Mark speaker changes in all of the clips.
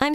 Speaker 1: I'm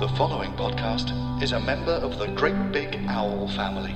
Speaker 2: The following podcast is a member of the Great Big Owl family.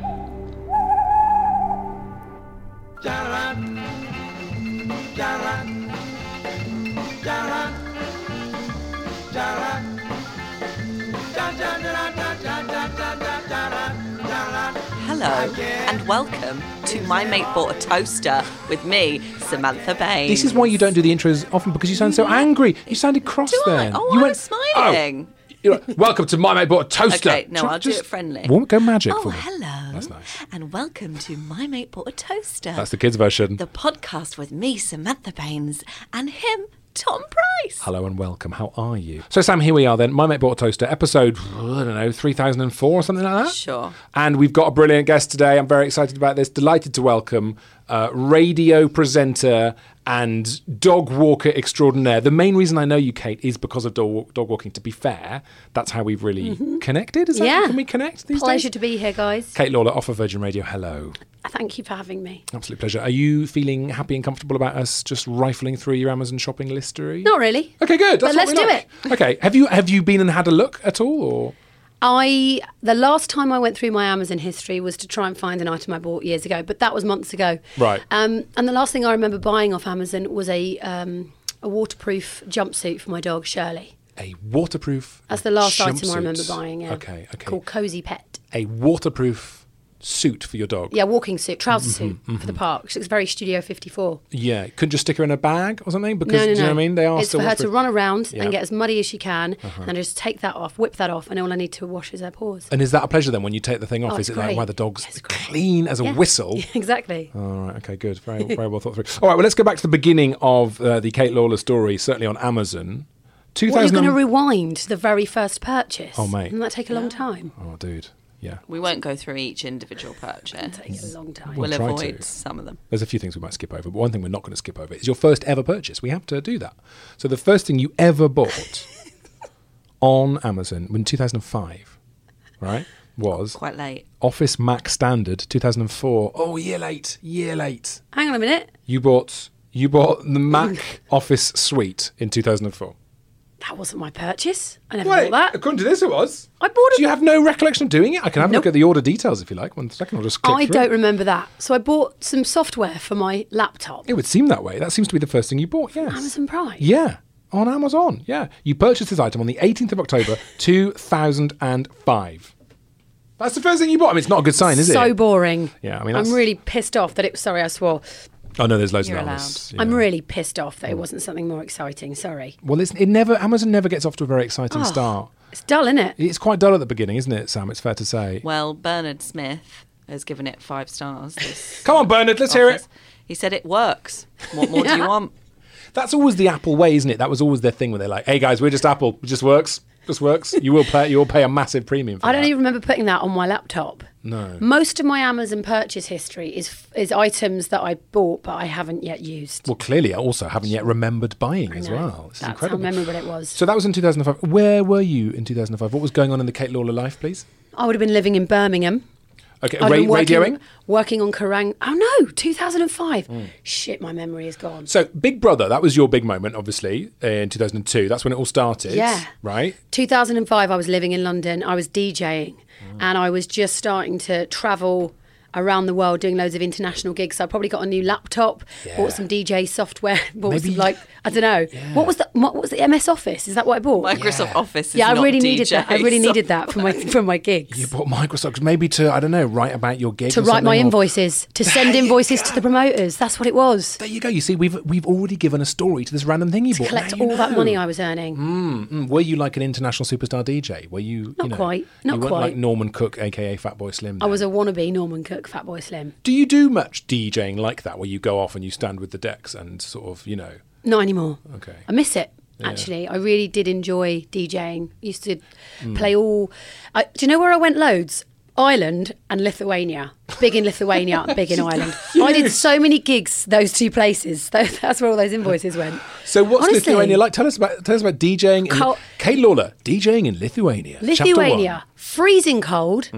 Speaker 3: Hello and welcome to My Mate Bought a Toaster with me, Samantha Bain.
Speaker 4: This is why you don't do the intros often because you sound so angry. You sounded cross
Speaker 3: Mm. Do I?
Speaker 4: then.
Speaker 3: Oh,
Speaker 4: you
Speaker 3: I was smiling.
Speaker 4: Oh, you're like, Welcome to my mate bought a toaster.
Speaker 3: Okay, no,
Speaker 4: Try-
Speaker 3: I'll do
Speaker 4: just
Speaker 3: it friendly.
Speaker 4: Warm, go magic
Speaker 3: Oh,
Speaker 4: for me.
Speaker 3: hello.
Speaker 4: That's nice.
Speaker 3: And welcome to My Mate Bought a Toaster.
Speaker 4: That's the kids' version.
Speaker 3: the podcast with me, Samantha Baines, and him, Tom Price.
Speaker 4: Hello and welcome. How are you? So, Sam, here we are then. My mate bought a toaster, episode I don't know, three thousand and four or something like that.
Speaker 3: Sure.
Speaker 4: And we've got a brilliant guest today. I'm very excited about this. Delighted to welcome uh, radio presenter and dog walker extraordinaire. The main reason I know you, Kate, is because of dog, dog walking. To be fair, that's how we've really connected. Is that
Speaker 5: Mm-hmm. Yeah.
Speaker 4: can we connect these days?
Speaker 5: Pleasure to be here, guys.
Speaker 4: Kate Lawler off of Virgin Radio. Hello.
Speaker 5: Uh, Thank you for having me.
Speaker 4: Absolute pleasure. Are you feeling happy and comfortable about us just rifling through your Amazon shopping listery?
Speaker 5: Not really.
Speaker 4: Okay, good. That's
Speaker 5: But let's
Speaker 4: what we
Speaker 5: do
Speaker 4: like. Okay. Have you have you been and had a look at all or
Speaker 5: I the last time I went through my Amazon history was to try and find an item I bought years ago, but that was months ago.
Speaker 4: Right.
Speaker 5: Um, and the last thing I remember buying off Amazon was a um, a waterproof jumpsuit for my dog Shirley.
Speaker 4: a waterproof
Speaker 5: That's the last item
Speaker 4: jumpsuit?
Speaker 5: I remember buying. Yeah.
Speaker 4: Okay, okay.
Speaker 5: Called Cozy Pet.
Speaker 4: A waterproof suit for your dog.
Speaker 5: Yeah, walking suit, trouser
Speaker 4: Mm-hmm,
Speaker 5: suit for the park. 'cause It's very Studio 54.
Speaker 4: Yeah. You Couldn't just stick her in a bag or something because
Speaker 5: No, no,
Speaker 4: do
Speaker 5: no.
Speaker 4: you know what I mean? They are
Speaker 5: it's
Speaker 4: still
Speaker 5: for her to
Speaker 4: waterproof.
Speaker 5: run around
Speaker 4: Yeah. Uh-huh.
Speaker 5: and get as muddy as she can, and I just take that off, whip that off, and all I need to wash is her paws.
Speaker 4: And is that a pleasure then when you take the thing off?
Speaker 5: Oh,
Speaker 4: is it
Speaker 5: it's
Speaker 4: like
Speaker 5: great.
Speaker 4: wow the dog's
Speaker 5: It's great.
Speaker 4: clean as a
Speaker 5: Yeah.
Speaker 4: whistle?
Speaker 5: exactly.
Speaker 4: All right. Okay. Good. Very, very well thought through. All right. Well, let's go back to the beginning of uh, the Kate Lawler story. Certainly on Amazon. Two
Speaker 5: Well, you're
Speaker 4: thousand.
Speaker 5: going to rewind to the very first purchase.
Speaker 4: Oh, mate.
Speaker 5: Doesn't that take a long time?
Speaker 4: oh, dude. Yeah.
Speaker 3: We won't go through each individual purchase.
Speaker 5: Take a long time.
Speaker 4: We'll
Speaker 3: We'll,
Speaker 4: try
Speaker 3: avoid
Speaker 4: to.
Speaker 3: some of them.
Speaker 4: There's a few things we might skip over, but one thing we're not going to skip over is your first ever purchase. We have to do that. So the first thing you ever bought on Amazon in 2005, right, was
Speaker 3: Quite late.
Speaker 4: Office Mac Standard 2004. Oh, year late, year late.
Speaker 5: Hang on a minute.
Speaker 4: You bought you bought the Mac Office Suite in 2004.
Speaker 5: That wasn't my purchase. I never
Speaker 4: Wait,
Speaker 5: bought that.
Speaker 4: according to this, it was.
Speaker 5: I bought
Speaker 4: Do you have no recollection of doing it? I can have a look
Speaker 5: Nope.
Speaker 4: at the order details if you like. One second, I'll just. Click
Speaker 5: I
Speaker 4: through.
Speaker 5: don't remember that. So I bought some software for my laptop.
Speaker 4: It would seem that way. That seems to be the first thing you bought. Yes.
Speaker 5: Amazon Prime.
Speaker 4: Yeah, on Amazon. Yeah, you purchased this item on the 18th of October 2005. That's the first thing you bought. I mean, it's not a good sign, is
Speaker 5: so
Speaker 4: it?
Speaker 5: boring.
Speaker 4: Yeah, I mean, that's-
Speaker 5: I'm really pissed off that it. Sorry, I swore.
Speaker 4: oh no, there's loads
Speaker 3: You're
Speaker 4: of that. on this. Yeah. Mm.
Speaker 5: I'm really pissed off that it wasn't something more exciting. Sorry.
Speaker 4: well, it's, it never. Amazon never gets off to a very exciting start.
Speaker 5: It's dull, isn't it?
Speaker 4: It's quite dull at the beginning, isn't it, Sam? It's fair to say.
Speaker 3: Well, Bernard Smith has given it five stars. This
Speaker 4: Come on, Bernard, let's hear it.
Speaker 3: office. He said it works. What more do you want?
Speaker 4: That's always the Apple way, isn't it? That was always their thing when they're like, "Hey guys, we're just Apple. It just works. Just works. You will pay. You will pay a massive premium." For
Speaker 5: I don't
Speaker 4: that."
Speaker 5: even remember putting that on my laptop. No. Most of my Amazon purchase history is is items that I bought but I haven't yet used.
Speaker 4: Well, clearly, I also haven't yet remembered buying as
Speaker 5: No,
Speaker 4: well. This is
Speaker 5: That's
Speaker 4: incredible.
Speaker 5: how memorable it was.
Speaker 4: So that was in 2005. Where were you in 2005? What was going on in the Kate Lawler life, please?
Speaker 5: I would have been living in Birmingham.
Speaker 4: Okay,
Speaker 5: I'd
Speaker 4: Uh, ra-
Speaker 5: have been working,
Speaker 4: radioing. Hmm.
Speaker 5: Working on Kerrang. Oh no, 2005. Shit, my memory is gone.
Speaker 4: So Big Brother, that was your big moment, obviously, in 2002. That's when it all started.
Speaker 5: Yeah.
Speaker 4: Right?
Speaker 5: 2005, I was living in London. I was DJing
Speaker 4: Hmm.
Speaker 5: and I was just starting to travel around the world doing loads of international gigs. So I probably got a new laptop,
Speaker 4: Yeah.
Speaker 5: bought some DJ software, bought
Speaker 4: Maybe-
Speaker 5: some, like, I don't know. What was the what was the MS Office? Is that what I bought?
Speaker 3: Microsoft Office. Is
Speaker 5: yeah, I
Speaker 3: not
Speaker 5: really needed
Speaker 3: DJ
Speaker 5: that. I really
Speaker 3: software.
Speaker 5: needed that for my for my gigs.
Speaker 4: You bought Microsoft, maybe to, I don't know, write about your gig.
Speaker 5: to
Speaker 4: or
Speaker 5: write my
Speaker 4: something, or-
Speaker 5: invoices, to send invoices to the promoters. That's what it was.
Speaker 4: There you go. You see, we've we've already given a story to this random thing you bought.
Speaker 5: Collect
Speaker 4: Now you
Speaker 5: all that
Speaker 4: know.
Speaker 5: money I was earning.
Speaker 4: Mm, Were you like an international superstar DJ? Were you?
Speaker 5: Not
Speaker 4: you know,
Speaker 5: quite. Not
Speaker 4: you weren't
Speaker 5: quite.
Speaker 4: like Norman Cook, aka Fatboy Slim.
Speaker 5: I was a
Speaker 4: then.
Speaker 5: wannabe Norman Cook, Fatboy Slim.
Speaker 4: Do you do much DJing like that, where you go off and you stand with the decks and sort of, you know?
Speaker 5: Not anymore.
Speaker 4: Okay.
Speaker 5: I miss it. Actually, I really did enjoy DJing. Used to
Speaker 4: Mm.
Speaker 5: play all. I, do you know where I went loads? Ireland and Lithuania. Big in Lithuania, big in Ireland. I did so many gigs those two places. Tho- That's where all those invoices went.
Speaker 4: So what's
Speaker 5: Honestly.
Speaker 4: Lithuania like? Tell us about tell us about DJing. In,
Speaker 5: Col-
Speaker 4: Kay Lawler DJing in Lithuania. Chapter one. Hmm.
Speaker 5: Lithuania, freezing cold,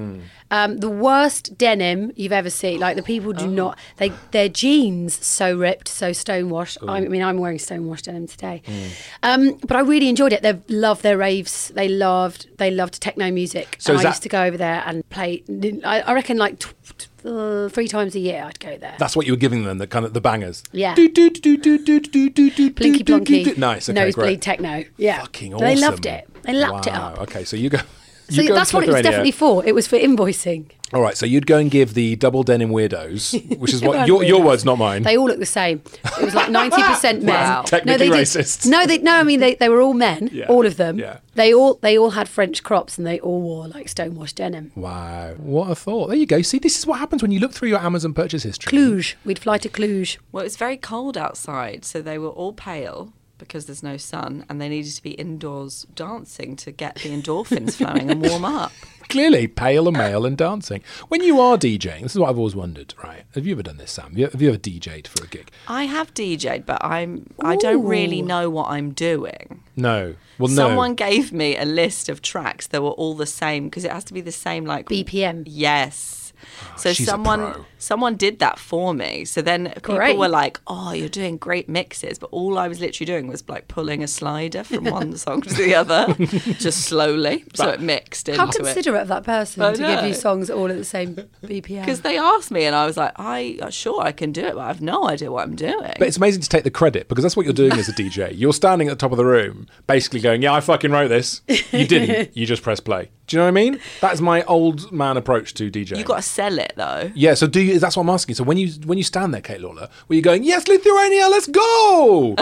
Speaker 5: um, the worst denim you've ever seen. Like the people
Speaker 4: Oh.
Speaker 5: do not they their jeans so ripped, so stonewashed. I mean, I'm wearing stonewashed denim today,
Speaker 4: Hmm.
Speaker 5: um, but I really enjoyed it. They love their raves. They loved they loved techno music.
Speaker 4: So
Speaker 5: and
Speaker 4: is
Speaker 5: I
Speaker 4: that-
Speaker 5: used to go over there and play. I, I reckon like. Tw- tw- uh, three times a year, I'd go there.
Speaker 4: That's what you were giving them, the kind of the bangers.
Speaker 5: Yeah.
Speaker 4: Do, do, do, do, do, do, do, do,
Speaker 5: Blinky
Speaker 4: do, do, do,
Speaker 5: Blonky,
Speaker 4: do. Nice. Okay,
Speaker 5: nosebleed
Speaker 4: great.
Speaker 5: techno. Yeah,
Speaker 4: Fucking
Speaker 5: They
Speaker 4: awesome.
Speaker 5: loved it. They lapped it
Speaker 4: Wow,
Speaker 5: up.
Speaker 4: Okay, so you go.
Speaker 5: So
Speaker 4: you go
Speaker 5: that's
Speaker 4: to uh,
Speaker 5: what it was
Speaker 4: Lithuania.
Speaker 5: definitely for. It was for invoicing.
Speaker 4: All right, so you'd go and give the double denim weirdos, which is what
Speaker 5: Right,
Speaker 4: your, your
Speaker 5: weirdos.
Speaker 4: words, not mine.
Speaker 5: They all look the same. It was like ninety percent men.
Speaker 3: Wow.
Speaker 4: Technically
Speaker 5: no, they did-
Speaker 4: racist.
Speaker 5: No, they, no. I mean, they, they were all men.
Speaker 4: Yeah.
Speaker 5: All of them.
Speaker 4: Yeah.
Speaker 5: They all they all had French crops and they all wore like stonewashed denim.
Speaker 4: wow, what a thought! There you go. See, this is what happens when you look through your Amazon purchase history.
Speaker 5: Cluj. We'd fly to Cluj.
Speaker 3: Well, it was very cold outside, so they were all pale because there's no sun, and they needed to be indoors dancing to get the endorphins flowing and warm up.
Speaker 4: Clearly, pale and male and dancing. When you are DJing, this is what I've always wondered. Right? Have you ever done this, Sam? Have you, have you ever DJed for a gig?
Speaker 3: I have DJ'd, but I'm I don't really know what I'm doing.
Speaker 4: No. Well, no.
Speaker 3: Someone gave me a list of tracks that were all the same because it has to be the same like
Speaker 5: BPM.
Speaker 3: Yes. so
Speaker 4: Ah, she's a
Speaker 3: someone
Speaker 4: pro.
Speaker 3: someone did that for me. So then people
Speaker 5: Great.
Speaker 3: were like, "Oh, you're doing great mixes," but all I was literally doing was like pulling a slider from one song to the other, just slowly, so it mixed into
Speaker 5: How
Speaker 3: it.
Speaker 5: considerate of that person
Speaker 3: I
Speaker 5: to give
Speaker 3: know.
Speaker 5: you songs all at the same BPM.
Speaker 3: Because they asked me, and I was like, "I uh, sure I can do it, but I've no idea what I'm doing."
Speaker 4: But it's amazing to take the credit because that's what you're doing as a DJ. You're standing at the top of the room, basically going, "Yeah, I fucking wrote this." You didn't. you just press play. Do you know what I mean? That's my old man approach to DJ.
Speaker 3: You've got to sell it though.
Speaker 4: Yeah, so do you, that's what I'm asking. So when you when you stand there, Kate Lawler, were you going, "Yes, Lithuania, let's go"?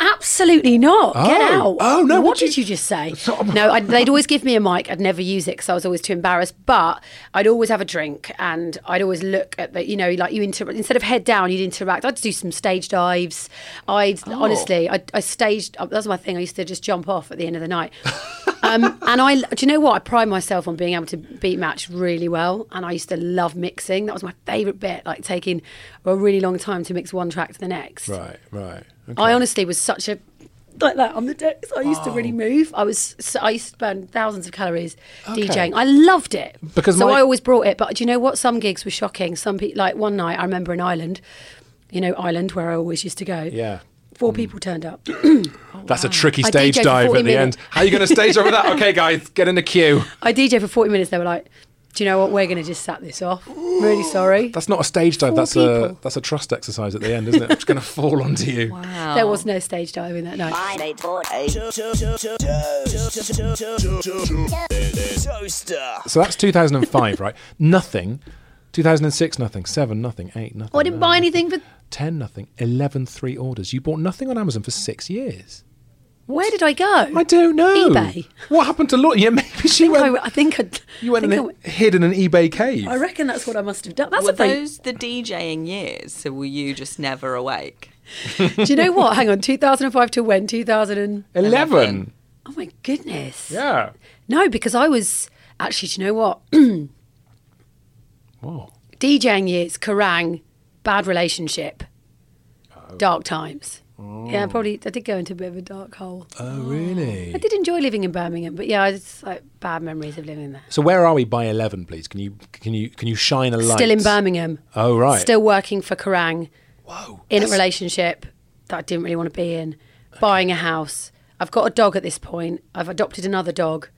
Speaker 5: Absolutely not. Get
Speaker 4: Oh.
Speaker 5: out.
Speaker 4: Oh, no,
Speaker 5: What,
Speaker 4: what
Speaker 5: did
Speaker 4: you-
Speaker 5: you just say? no, I'd, they'd always give me a mic. I'd never use it because I was always too embarrassed. But I'd always have a drink and I'd always look at the, you know, like you inter- instead of head down, you'd interact. I'd do some stage dives. I'd
Speaker 4: Oh.
Speaker 5: honestly, I, I staged. That's my thing. I used to just jump off at the end of the night. um, and I, do you know what? I pride myself on being able to beat match really well. And I used to love mixing. That was my favourite bit, like taking a really long time to mix one track to the next.
Speaker 4: right, right.
Speaker 5: I honestly was such a like that on the decks. I used to really move. I was so I used to burn thousands of calories DJing. I loved it
Speaker 4: Because
Speaker 5: so
Speaker 4: my-
Speaker 5: I always brought it. But do you know what? Some gigs were shocking. Some people like one night I remember in Ireland, you know Ireland where I always used to go.
Speaker 4: Yeah. Mm.
Speaker 5: four people turned up.
Speaker 4: That's a tricky
Speaker 5: I
Speaker 4: stage
Speaker 5: DJ'd for
Speaker 4: dive
Speaker 5: 40
Speaker 4: at the
Speaker 5: minutes.
Speaker 4: end. How are you going to stage over that? Okay, guys, get in the queue.
Speaker 5: I DJ for forty minutes. They were like, "Do you know what? We're going to just sat this off. Really sorry."
Speaker 4: That's not a stage dive.
Speaker 5: Four
Speaker 4: That's a
Speaker 5: people.
Speaker 4: that's a trust exercise at the end, isn't it? I'm just going to fall onto you. Oh.
Speaker 5: There was no stage diving that night.
Speaker 6: Toaster.
Speaker 4: So that's 2005, right? Nothing. 2006, nothing. Seven, nothing. Eight, nothing.
Speaker 5: Oh, I didn't buy anything for.
Speaker 4: 10 nothing 11 three orders you bought nothing on amazon for six years
Speaker 5: Where did I go?
Speaker 4: i don't know
Speaker 5: eBay.
Speaker 4: what happened to laura yeah maybe she went
Speaker 5: I, I think I.
Speaker 4: you went
Speaker 5: I,
Speaker 4: and
Speaker 5: think
Speaker 4: hid in an ebay cave
Speaker 5: I, I reckon that's what I must have done. That's
Speaker 3: were
Speaker 5: a very
Speaker 3: those the DJing years? So were you just never awake?
Speaker 5: Do you know what? Hang on, 2005 to when? 2000 and...
Speaker 4: 11.
Speaker 5: Oh my goodness.
Speaker 4: yeah
Speaker 5: No, because I was... Actually, do you know what?
Speaker 4: Whoa.
Speaker 5: DJing years, Kerrang, bad relationship,
Speaker 4: Oh.
Speaker 5: dark times. Yeah, probably... I did go into a bit of a dark hole.
Speaker 4: oh really
Speaker 5: I did enjoy living in Birmingham, but yeah, it's like bad memories of living there.
Speaker 4: so where are we by 11 please can you can you can you shine a light
Speaker 5: Still in Birmingham.
Speaker 4: oh right
Speaker 5: Still working for Kerrang.
Speaker 4: Whoa.
Speaker 5: in a relationship that I didn't really want to be in, buying a house. I've got a dog at this point. I've adopted another dog.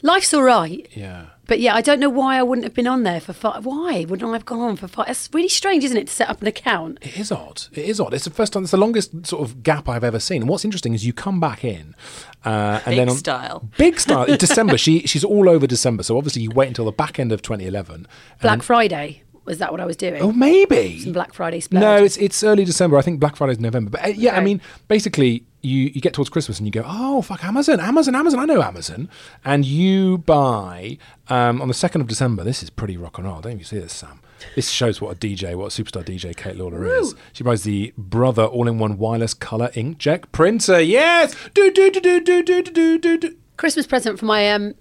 Speaker 5: Life's all right.
Speaker 4: yeah
Speaker 5: But yeah, I don't know why I wouldn't have been on there for five. Why wouldn't I have gone on for five? It's really strange, isn't it, to set up an account?
Speaker 4: It is odd. It is odd. It's the first time. It's the longest sort of gap I've ever seen. And what's interesting is you come back in, uh, and
Speaker 3: Big
Speaker 4: then on,
Speaker 3: style.
Speaker 4: big style. In December, she she's all over December. So obviously you wait until the back end of 2011.
Speaker 5: Black Friday was that what I was doing?
Speaker 4: Oh, maybe
Speaker 5: Some Black Friday splurge.
Speaker 4: No, it's it's early December. I think Black Friday's November. But uh, yeah, I
Speaker 5: Okay.
Speaker 4: mean, basically, you you get towards Christmas and you go, oh fuck, Amazon, Amazon, Amazon. I know Amazon, and you buy um, on the second of December. This is pretty rock and roll. Don't you see this, Sam? This shows what a DJ, what a superstar DJ Kate Lawler is. She buys the Brother all-in-one wireless color inkjet printer. Yes, do do do do do do do do do.
Speaker 5: Christmas present for my um,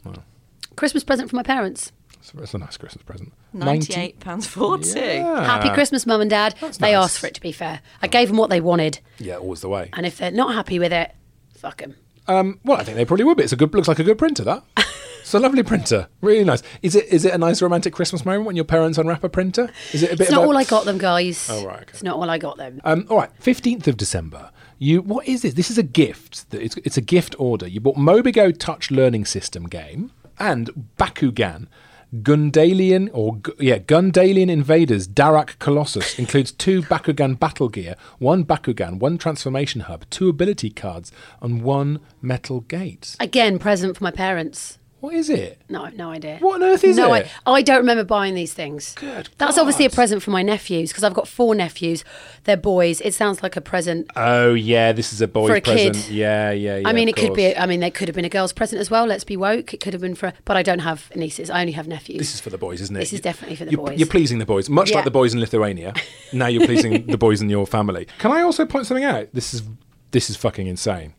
Speaker 5: Christmas present for my parents.
Speaker 4: It's a- It's a nice Christmas present.
Speaker 3: Ninety-eight pounds forty.
Speaker 5: Happy Christmas, Mum and Dad. They
Speaker 4: Ah. nice.
Speaker 5: asked for it. To be fair, I gave them what they wanted,
Speaker 4: Yeah, always the way.
Speaker 5: and if they're not happy with it, fuck them.
Speaker 4: Um, well, I think they probably would be. It's a good, looks like a good printer. That it's a lovely printer, really nice. Is it? Is it a nice romantic Christmas moment when your parents unwrap a printer? Is it a bit?
Speaker 5: It's
Speaker 4: of
Speaker 5: not
Speaker 4: a-
Speaker 5: all I got them, guys.
Speaker 4: Oh, right, okay.
Speaker 5: It's not all I got them.
Speaker 4: Um, all right, fifteenth of December. You, what is this? This is a gift. that- It's, it's a gift order. You bought Mobigo Touch Learning System game and Bakugan. Gundalian or Gu- yeah, Gundalian invaders Darak Colossus includes two Bakugan battle gear, one Bakugan, one transformation hub, two ability cards, and one metal gate.
Speaker 5: Again, present for my parents.
Speaker 4: What is it?
Speaker 5: No, no idea.
Speaker 4: What on earth is
Speaker 5: no,
Speaker 4: it?
Speaker 5: I, I don't remember buying these things. Good. That's obviously a present for my nephews because I've got four nephews. They're boys. It sounds like a present.
Speaker 4: Oh yeah, this is a boy
Speaker 5: For a kid.
Speaker 4: present. Yeah, yeah, yeah.
Speaker 5: I mean,
Speaker 4: of
Speaker 5: it could be.
Speaker 4: course.
Speaker 5: I mean, there could have been a girl's present as well. Let's be woke. It could have been for. But I don't have nieces. I only have nephews.
Speaker 4: This is for the boys, isn't it?
Speaker 5: This is
Speaker 4: You-
Speaker 5: definitely for the
Speaker 4: you-
Speaker 5: boys.
Speaker 4: You're pleasing the boys, much
Speaker 5: Yeah.
Speaker 4: like the boys in Lithuania. Now you're pleasing the boys in your family. Can I also point something out? This is this is fucking insane.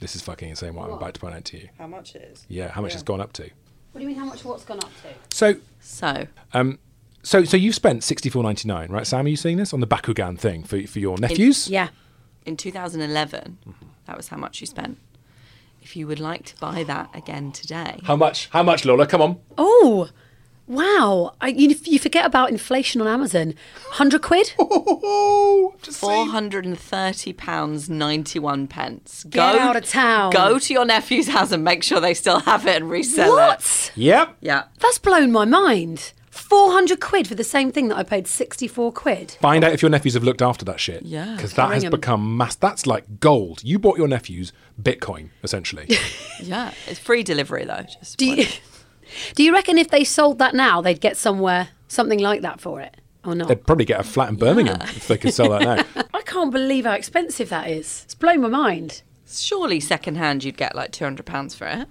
Speaker 4: This is fucking insane. What, I'm about to point out to you.
Speaker 3: How much is?
Speaker 4: Yeah, how much it's gone up to.
Speaker 5: What do you mean? How much? What's gone up to?
Speaker 4: So,
Speaker 3: So
Speaker 4: so, so you've spent sixty four ninety nine, right, Sam? Are you seeing this on the Bakugan thing for for your nephews?
Speaker 5: Yeah.
Speaker 3: in 2011,
Speaker 5: Mm-hmm.
Speaker 3: that was how much you spent. If you would like to buy that again today,
Speaker 4: How much? How much, Lola? Come on.
Speaker 5: Oh, wow. I, you, you forget about inflation on Amazon. Hundred quid.
Speaker 4: Just
Speaker 3: four hundred and thirty pounds ninety-one pence.
Speaker 5: Get out of town.
Speaker 3: Go to your nephew's house and make sure they still have it and resell it.
Speaker 5: What?
Speaker 4: Yep.
Speaker 3: Yeah.
Speaker 5: That's blown my mind. 400 quid for the same thing that I paid 64 quid.
Speaker 4: Find out if your nephews have looked after that shit.
Speaker 3: Yeah.
Speaker 4: Because that
Speaker 5: Ring
Speaker 4: has
Speaker 5: 'em.
Speaker 4: become mass. That's like gold. You bought your nephews Bitcoin, essentially.
Speaker 3: Yeah. It's free delivery though. Just
Speaker 5: Do you, do you reckon if they sold that now, they'd get somewhere, something like that for it or not?
Speaker 4: They'd probably get a flat in Birmingham if they could sell that now.
Speaker 5: I can't believe how expensive that is. It's blown my mind.
Speaker 3: surely secondhand you'd get like two hundred pounds for it.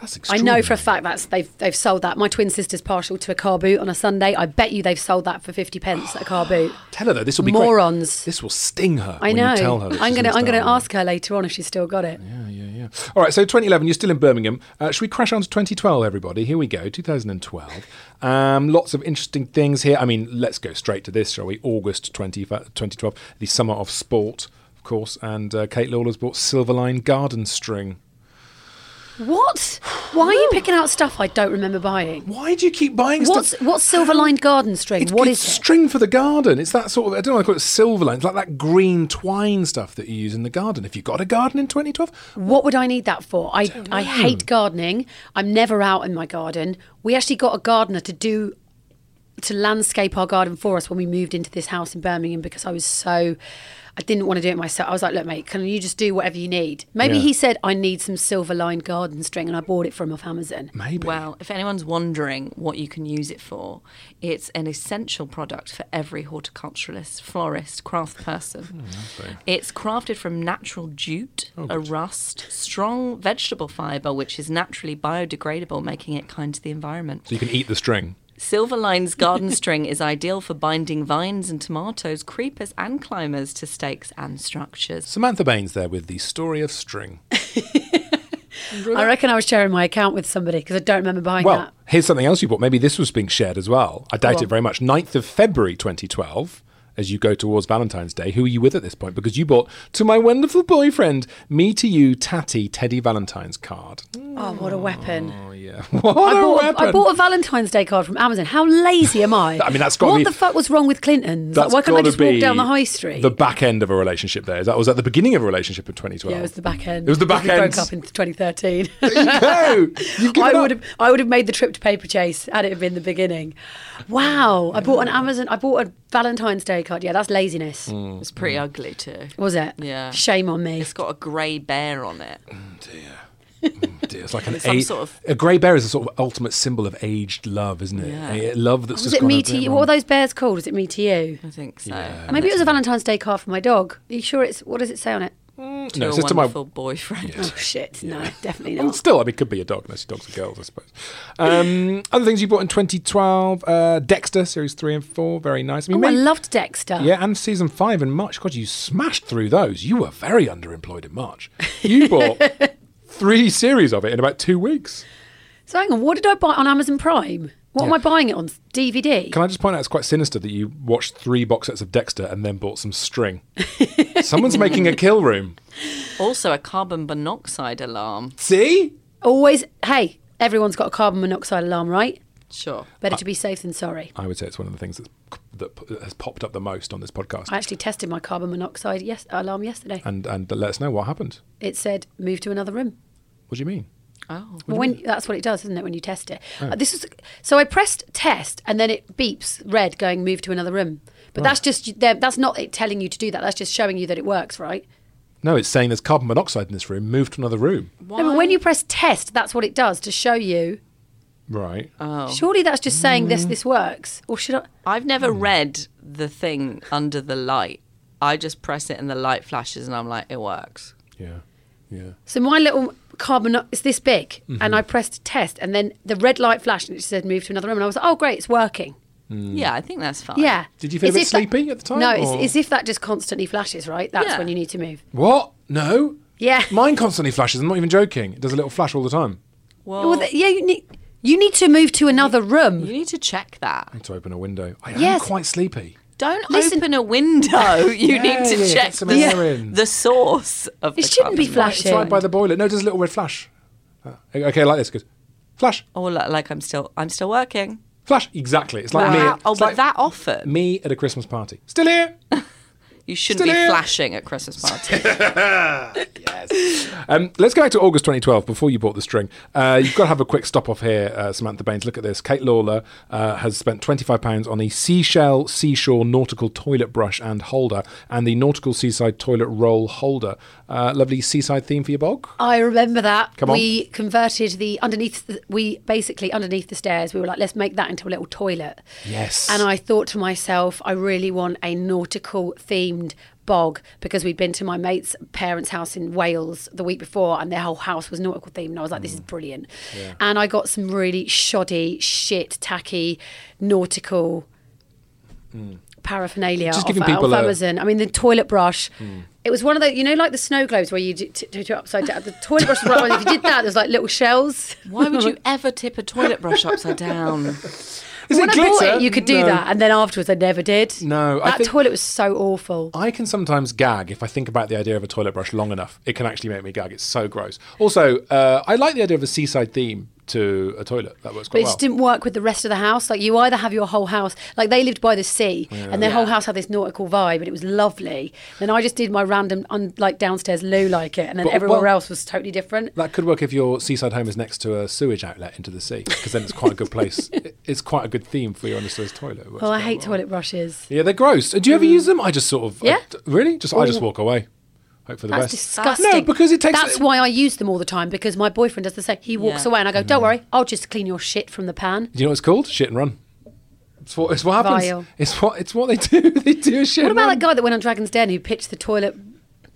Speaker 4: That's
Speaker 5: I
Speaker 4: extraordinary.
Speaker 5: know for a fact that's they've they've sold that. My twin sister's partial to a car boot on a Sunday. I bet you they've sold that for fifty pence at a car boot.
Speaker 4: Tell her though, this will be
Speaker 5: Morons.
Speaker 4: Great. This will sting her.
Speaker 5: I
Speaker 4: when
Speaker 5: know.
Speaker 4: You tell her. that
Speaker 5: I'm
Speaker 4: she's
Speaker 5: gonna I'm
Speaker 4: missed
Speaker 5: gonna
Speaker 4: out on
Speaker 5: ask her later on if she's still got it.
Speaker 4: that. Yeah, yeah, yeah. All right. So 2011, you're still in Birmingham. Uh, should we crash on to 2012, everybody? Here we go. 2012. Um, lots of interesting things here. I mean, let's go straight to this, shall we? August 20, 2012, the summer of sport, of course. And uh, Kate Lawler's bought Silverline Garden String.
Speaker 5: What? Why are you picking out stuff I don't remember buying?
Speaker 4: Why do you keep buying
Speaker 5: What's
Speaker 4: stuff?
Speaker 5: what's silver lined garden string?
Speaker 4: It's,
Speaker 5: what
Speaker 4: it's
Speaker 5: is it?
Speaker 4: string for the garden. It's that sort of I don't know. I call it silver line. It's like that green twine stuff that you use in the garden. If you got a garden in 2012,
Speaker 5: What would I need that for? I I hate gardening. I'm never out in my garden. We actually got a gardener to do to landscape our garden for us when we moved into this house in Birmingham because I was so I didn't want to do it myself. I was like, look, mate, can you just do whatever you need? Maybe
Speaker 4: Yeah.
Speaker 5: he said I need some silver lined garden string and I bought it from off Amazon.
Speaker 4: maybe.
Speaker 3: Well, if anyone's wondering what you can use it for, it's an essential product for every horticulturalist, florist, craft person. it's crafted from natural jute, a rust, strong vegetable fibre, which is naturally biodegradable, making it kind to the environment.
Speaker 4: So you can eat the string.
Speaker 3: Silverline's garden string is ideal for binding vines and tomatoes, creepers and climbers to stakes and structures.
Speaker 4: Samantha Baines there with the story of string.
Speaker 5: I reckon I was sharing my account with somebody because I don't remember buying
Speaker 4: Well,
Speaker 5: that.
Speaker 4: here's something else you bought. Maybe this was being shared as well. I doubt it very much. 9th of February 2012. As you go towards Valentine's Day, who are you with at this point? Because you bought to my wonderful boyfriend, me to you, Tatty Teddy Valentine's card.
Speaker 5: Oh, what a weapon.
Speaker 4: Oh yeah, what
Speaker 5: I
Speaker 4: a
Speaker 5: bought,
Speaker 4: weapon!
Speaker 5: I bought a Valentine's Day card from Amazon. How lazy am I?
Speaker 4: I mean, that's gotta
Speaker 5: what
Speaker 4: be-
Speaker 5: the fuck was wrong with Clinton's? Like,
Speaker 4: That's
Speaker 5: why can't I
Speaker 4: gotta
Speaker 5: just walk
Speaker 4: be
Speaker 5: down the high street?
Speaker 4: The back end of a relationship there. Is that was at the beginning of a relationship in 2012?
Speaker 5: yeah, it was the back end.
Speaker 4: It was the back
Speaker 5: We
Speaker 4: end.
Speaker 5: broke up in 2013.
Speaker 4: no, you've given
Speaker 5: I
Speaker 4: up.
Speaker 5: would have, I would have made the trip to Paper Chase had it have been the beginning. Wow, I bought an Amazon, I bought a Valentine's Day card. Yeah, that's laziness,
Speaker 4: Mm.
Speaker 3: It's pretty ugly too.
Speaker 5: was it?
Speaker 3: Yeah.
Speaker 5: shame on me.
Speaker 3: It's got a grey bear on it.
Speaker 4: Dear, It's like an
Speaker 3: some
Speaker 4: a-
Speaker 3: sort of-
Speaker 4: a grey bear is a sort of ultimate symbol of aged love, isn't it?
Speaker 3: Yeah.
Speaker 4: A love that's
Speaker 5: Was
Speaker 4: just
Speaker 5: it
Speaker 4: gone
Speaker 5: me
Speaker 4: a
Speaker 5: to
Speaker 4: bit
Speaker 5: you?
Speaker 4: wrong.
Speaker 5: What were those bears called? Was it me to you?
Speaker 3: I think so.
Speaker 5: Maybe it was a Valentine's Day card for my dog. Are you sure it's? What does it say on it?
Speaker 3: to
Speaker 4: no,
Speaker 3: a
Speaker 4: it's just to my-
Speaker 3: wonderful boyfriend.
Speaker 5: Oh shit! No, definitely
Speaker 4: And
Speaker 5: not.
Speaker 4: still, I mean, it could be a dog. Unless your dogs are girls, I suppose. Um, other things you bought in 2012: uh, Dexter series three and four, very nice. I
Speaker 5: Oh,
Speaker 4: mean,
Speaker 5: I
Speaker 4: maybe-
Speaker 5: loved Dexter.
Speaker 4: yeah, and season five in March. God, you smashed through those. You were very underemployed in March. You bought three series of it in about two weeks.
Speaker 5: So hang on, what did I buy on Amazon Prime? What am
Speaker 4: Yeah.
Speaker 5: I buying it on DVD?
Speaker 4: Can I just point out it's quite sinister that you watched three box sets of Dexter and then bought some string? Someone's making a kill room.
Speaker 3: Also, a carbon monoxide alarm.
Speaker 4: See?
Speaker 5: Always, hey, everyone's got a carbon monoxide alarm, right?
Speaker 3: Sure.
Speaker 5: Better to be safe than sorry.
Speaker 4: I would say it's one of the things that's, that p- has popped up the most on this podcast.
Speaker 5: I actually tested my carbon monoxide yes alarm yesterday.
Speaker 4: and and let us know what happened.
Speaker 5: It said move to another room.
Speaker 4: What do you mean?
Speaker 3: Oh.
Speaker 5: Well, when that's what it does, isn't it? When you test it, Uh, this is so I pressed test and then it beeps red, going move to another room. But that's just there- that's not it telling you to do that. That's just showing you that it works, right?
Speaker 4: No, it's saying there's carbon monoxide in this room. Move to another room.
Speaker 5: No, but when you press test, that's what it does to show you.
Speaker 4: Right.
Speaker 5: Surely that's just saying this this works, or should I?
Speaker 3: I've
Speaker 4: Hmm.
Speaker 3: never read the thing under the light. I just press it and the light flashes and I'm like, it works.
Speaker 4: yeah. Yeah.
Speaker 5: So my little carbon is this big, and I pressed test, and then the red light flashed, and it said move to another room, and I was like, oh great, it's working.
Speaker 4: Hmm.
Speaker 3: Yeah, I think that's fine.
Speaker 5: Yeah.
Speaker 4: Did you feel a
Speaker 5: It's
Speaker 4: bit
Speaker 5: if that-
Speaker 4: sleepy at the time,
Speaker 5: No, it's,
Speaker 4: or-
Speaker 5: it's if that just constantly flashes, right? That's
Speaker 3: Yeah.
Speaker 5: when you need to move.
Speaker 4: What? No.
Speaker 5: Yeah.
Speaker 4: Mine constantly flashes. I'm not even joking. It does a little flash all the time.
Speaker 3: Well,
Speaker 5: Well, th- yeah, you need you need to move to another
Speaker 3: you
Speaker 5: room.
Speaker 3: need to check that.
Speaker 4: I need to open a window. I
Speaker 5: Yes.
Speaker 4: am quite sleepy.
Speaker 3: Don't
Speaker 5: Listen-
Speaker 3: open a window. You need
Speaker 4: yeah,
Speaker 3: to
Speaker 4: get
Speaker 3: check
Speaker 4: some
Speaker 3: the,
Speaker 4: air in.
Speaker 3: the source of
Speaker 5: It
Speaker 3: the
Speaker 5: shouldn't be
Speaker 3: carbon
Speaker 5: flashing.
Speaker 4: It's right by the boiler. No, it does a little red flash. Uh, okay, like this. It Goes flash,
Speaker 3: monoxide. Or like, Oh, like I'm still I'm still working.
Speaker 4: flash. Exactly. It's like
Speaker 3: Wow.
Speaker 4: me.
Speaker 3: Oh, but
Speaker 4: it's like
Speaker 3: that often.
Speaker 4: me at a Christmas party. Still here.
Speaker 3: You shouldn't
Speaker 4: Still
Speaker 3: be
Speaker 4: here.
Speaker 3: flashing at Christmas parties.
Speaker 4: Um, let's go back to August 2012 before you bought the string. Uh, you've got to have a quick stop off here, uh, Samantha Baines. Look at this. Kate Lawler uh, has spent £25 on the Seashell Seashore Nautical Toilet Brush and Holder and the Nautical Seaside Toilet Roll Holder. Uh, lovely seaside theme for your bog.
Speaker 5: I remember that.
Speaker 4: Come on.
Speaker 5: We converted the underneath. The, we basically underneath the stairs. We were like, let's make that into a little toilet.
Speaker 4: Yes.
Speaker 5: And I thought to myself, I really want a nautical themed bog because we'd been to my mate's parents' house in Wales the week before and their whole house was nautical themed. And I was like, this
Speaker 4: Mm.
Speaker 5: is brilliant. And I got some really shoddy, shit, tacky, nautical paraphernalia
Speaker 4: Mm. Just
Speaker 5: off,
Speaker 4: giving
Speaker 5: off
Speaker 4: people a- Mm.
Speaker 5: Amazon. I mean, the toilet brush. It was one of the, you know, like the snow globes where you do, do, do it upside down. The toilet brush, was right, if you did that, there's like little shells.
Speaker 3: Why would you ever tip a toilet brush upside down?
Speaker 4: Is
Speaker 5: when
Speaker 4: it
Speaker 5: I bought
Speaker 4: glitter?
Speaker 5: it, you could do
Speaker 4: No.
Speaker 5: that, and then afterwards, I never did.
Speaker 4: No, I
Speaker 5: that
Speaker 4: think- Oh,
Speaker 5: toilet was so awful.
Speaker 4: I can sometimes gag if I think about the idea of a toilet brush long enough. It can actually make me gag. It's so gross. Also, uh, I like the idea of a seaside theme to a toilet. That works
Speaker 5: But
Speaker 4: quite
Speaker 5: it
Speaker 4: well.
Speaker 5: just didn't work with the rest of the house. Like you either have your whole house, like they lived by the sea, and their whole house had this nautical vibe, and it was lovely. Then I just did my random, un, like downstairs loo like it, and then
Speaker 4: But-
Speaker 5: everywhere
Speaker 4: well-
Speaker 5: else was totally different.
Speaker 4: That could work if your seaside home is next to a sewage outlet into the sea, because then it's quite a good place. It- it's quite a good theme for your understairs toilet. It works
Speaker 5: Well, Oh, I
Speaker 4: quite
Speaker 5: hate
Speaker 4: well.
Speaker 5: toilet brushes.
Speaker 4: Yeah, they're gross. Do you ever use them? I just sort of. I
Speaker 5: Yeah.
Speaker 4: d- really? Just I just walk away. Hope for the
Speaker 5: That's
Speaker 4: best.
Speaker 5: disgusting.
Speaker 4: No, because it takes.
Speaker 5: That's why I use them all the time because my boyfriend does the same. He walks
Speaker 3: Yeah.
Speaker 5: away, and I go,
Speaker 4: Mm.
Speaker 5: "Don't worry, I'll just clean your shit from the pan."
Speaker 4: Do you know what it's called? Shit and run. It's what, it's what happens.
Speaker 5: Vile.
Speaker 4: It's what it's what they do. they do a shit.
Speaker 5: What
Speaker 4: and
Speaker 5: about
Speaker 4: run.
Speaker 5: that guy that went on Dragon's Den who pitched the toilet,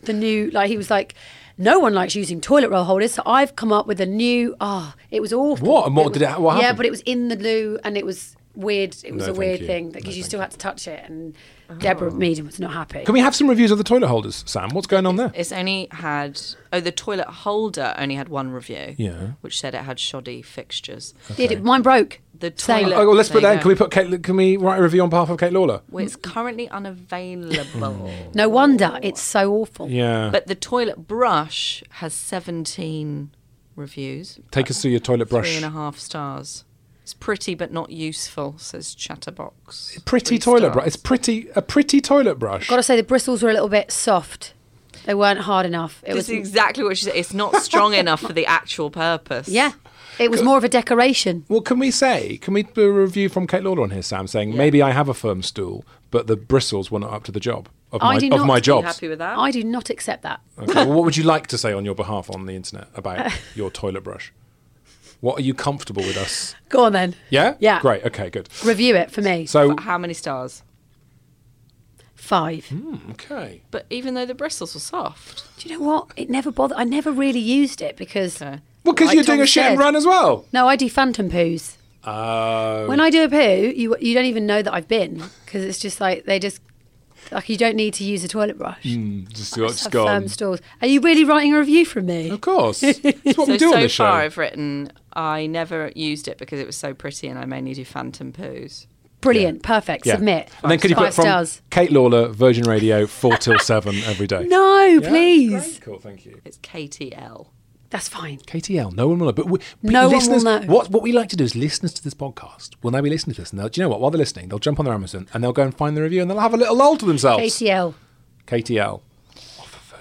Speaker 5: the new, like, he was like, no one likes using toilet roll holders, so I've come up with a new, ah, it was awful.
Speaker 4: What? And what did it-
Speaker 5: was-
Speaker 4: what
Speaker 5: Yeah,
Speaker 4: happened?
Speaker 5: but it was in the loo and it was weird. It was
Speaker 4: No,
Speaker 5: a
Speaker 4: thank
Speaker 5: weird
Speaker 4: you.
Speaker 5: thing because you still had to touch it, and
Speaker 3: Oh.
Speaker 5: Deborah Meaden was not happy.
Speaker 4: Can we have some reviews of the toilet holders, Sam? What's going on there?
Speaker 3: It's only had oh the toilet holder only had one review.
Speaker 4: Yeah.
Speaker 3: Which said it had shoddy fixtures.
Speaker 5: Did it? Mine broke.
Speaker 3: The
Speaker 5: Same.
Speaker 3: toilet
Speaker 4: Oh, well, let's put
Speaker 3: there you
Speaker 4: that. in. Can we put Kate? Can we write a review on behalf of Kate Lawler?
Speaker 3: Well, it's currently unavailable.
Speaker 5: No wonder it's so awful.
Speaker 4: Yeah.
Speaker 3: But the toilet brush has 17 reviews,
Speaker 4: Take us through your toilet brush.
Speaker 3: three and a half stars. It's pretty but not useful, says Chatterbox.
Speaker 4: Pretty
Speaker 3: Three
Speaker 4: toilet
Speaker 3: stars.
Speaker 4: brush. It's pretty a pretty toilet brush.
Speaker 5: Gotta say, the bristles were a little bit soft. They weren't hard enough. It
Speaker 3: This
Speaker 5: was,
Speaker 3: is exactly what she said. It's not strong enough for the actual purpose.
Speaker 5: yeah, it was more of a decoration.
Speaker 4: Well, can we say, can we do a review from Kate Lawler on here, Sam, saying maybe I have a firm stool, but the bristles were not up to the job of
Speaker 3: Oh,
Speaker 5: I
Speaker 4: my,
Speaker 5: do
Speaker 4: of
Speaker 5: not
Speaker 4: my
Speaker 5: be
Speaker 4: jobs.
Speaker 3: Happy with that?
Speaker 5: I do not accept that.
Speaker 4: Okay, well, what would you like to say on your behalf on the internet about your toilet brush? What are you comfortable with us?
Speaker 5: Go on then.
Speaker 4: Yeah?
Speaker 5: Yeah.
Speaker 4: Great. Okay, good.
Speaker 5: Review it for me.
Speaker 4: So,
Speaker 3: How many stars?
Speaker 5: Five.
Speaker 4: Okay.
Speaker 3: But even though the bristles were soft,
Speaker 5: Do you know what? It never bothered. I never really used it because.
Speaker 3: Okay.
Speaker 4: Well, because
Speaker 5: like
Speaker 4: you're doing
Speaker 5: Tom
Speaker 4: a shit and
Speaker 5: said-
Speaker 4: run as well.
Speaker 5: No, I do phantom poos.
Speaker 4: Oh.
Speaker 5: When I do a poo, you you don't even know that I've been because it's just like they just like you don't need to use a toilet brush.
Speaker 4: Um, just,
Speaker 5: Just
Speaker 4: just
Speaker 5: have
Speaker 4: Mm. gone.
Speaker 5: firm stools. Are you really writing a review from me?
Speaker 4: Of course. That's what
Speaker 3: so
Speaker 4: we do
Speaker 3: so
Speaker 4: on the show.
Speaker 3: far I've written I never used it because it was so pretty and I mainly do phantom poos.
Speaker 5: Brilliant, perfect.
Speaker 4: Yeah.
Speaker 5: Submit.
Speaker 4: And then could you
Speaker 5: Five
Speaker 4: put from
Speaker 5: stars?
Speaker 4: Kate Lawler, Virgin Radio, 4 till 7 every day?
Speaker 5: No,
Speaker 4: Yeah?
Speaker 5: please.
Speaker 4: Great. Cool, thank you.
Speaker 3: It's KTL.
Speaker 5: That's fine.
Speaker 4: KTL, no one will know. But, we, but
Speaker 5: No one will
Speaker 4: listeners,
Speaker 5: know.
Speaker 4: What, what we like to do is listeners to this podcast will now be listening to this. And they'll, do you know what? While they're listening, they'll jump on their Amazon and they'll go and find the review and they'll have a little lull to themselves.
Speaker 5: ATL.
Speaker 4: KTL.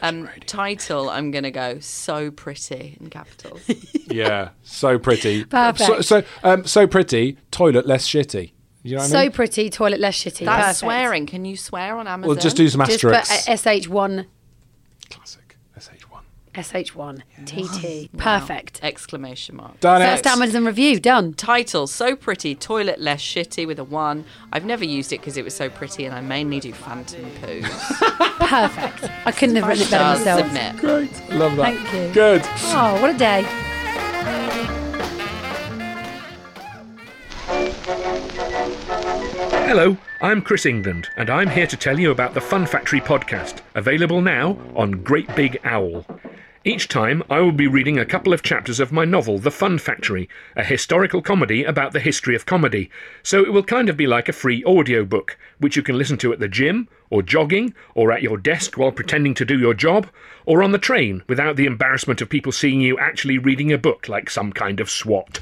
Speaker 3: Um, title I'm gonna go so pretty in capitals.
Speaker 4: Yeah, so pretty. So,
Speaker 5: Perfect.
Speaker 4: so, um, so pretty, toilet less shitty. You know what I mean?
Speaker 5: So pretty, toilet less shitty.
Speaker 3: That's
Speaker 5: perfect.
Speaker 3: swearing. Can you swear on Amazon?
Speaker 4: We'll just do some
Speaker 5: Just
Speaker 4: asterisks.
Speaker 5: put uh, SH1,
Speaker 4: Classic. SH1.
Speaker 5: SH1, TT. Perfect.
Speaker 3: exclamation mark.
Speaker 4: Done
Speaker 5: First
Speaker 4: it.
Speaker 5: Amazon review, done.
Speaker 3: Title So Pretty, Toilet Less Shitty with a one. I've never used it because it was so pretty and I mainly do phantom poos.
Speaker 5: Perfect. I couldn't have written it better
Speaker 3: Does
Speaker 5: myself.
Speaker 3: submit.
Speaker 4: Great. Love that.
Speaker 5: Thank you.
Speaker 4: Good.
Speaker 5: Oh, what a day.
Speaker 6: Hello, I'm Chris England, and I'm here to tell you about the Fun Factory podcast, available now on Great Big Owl. Each time, I will be reading a couple of chapters of my novel, The Fun Factory, a historical comedy about the history of comedy. So it will kind of be like a free audiobook, which you can listen to at the gym, or jogging, or at your desk while pretending to do your job, or on the train without the embarrassment of people seeing you actually reading a book like some kind of SWAT.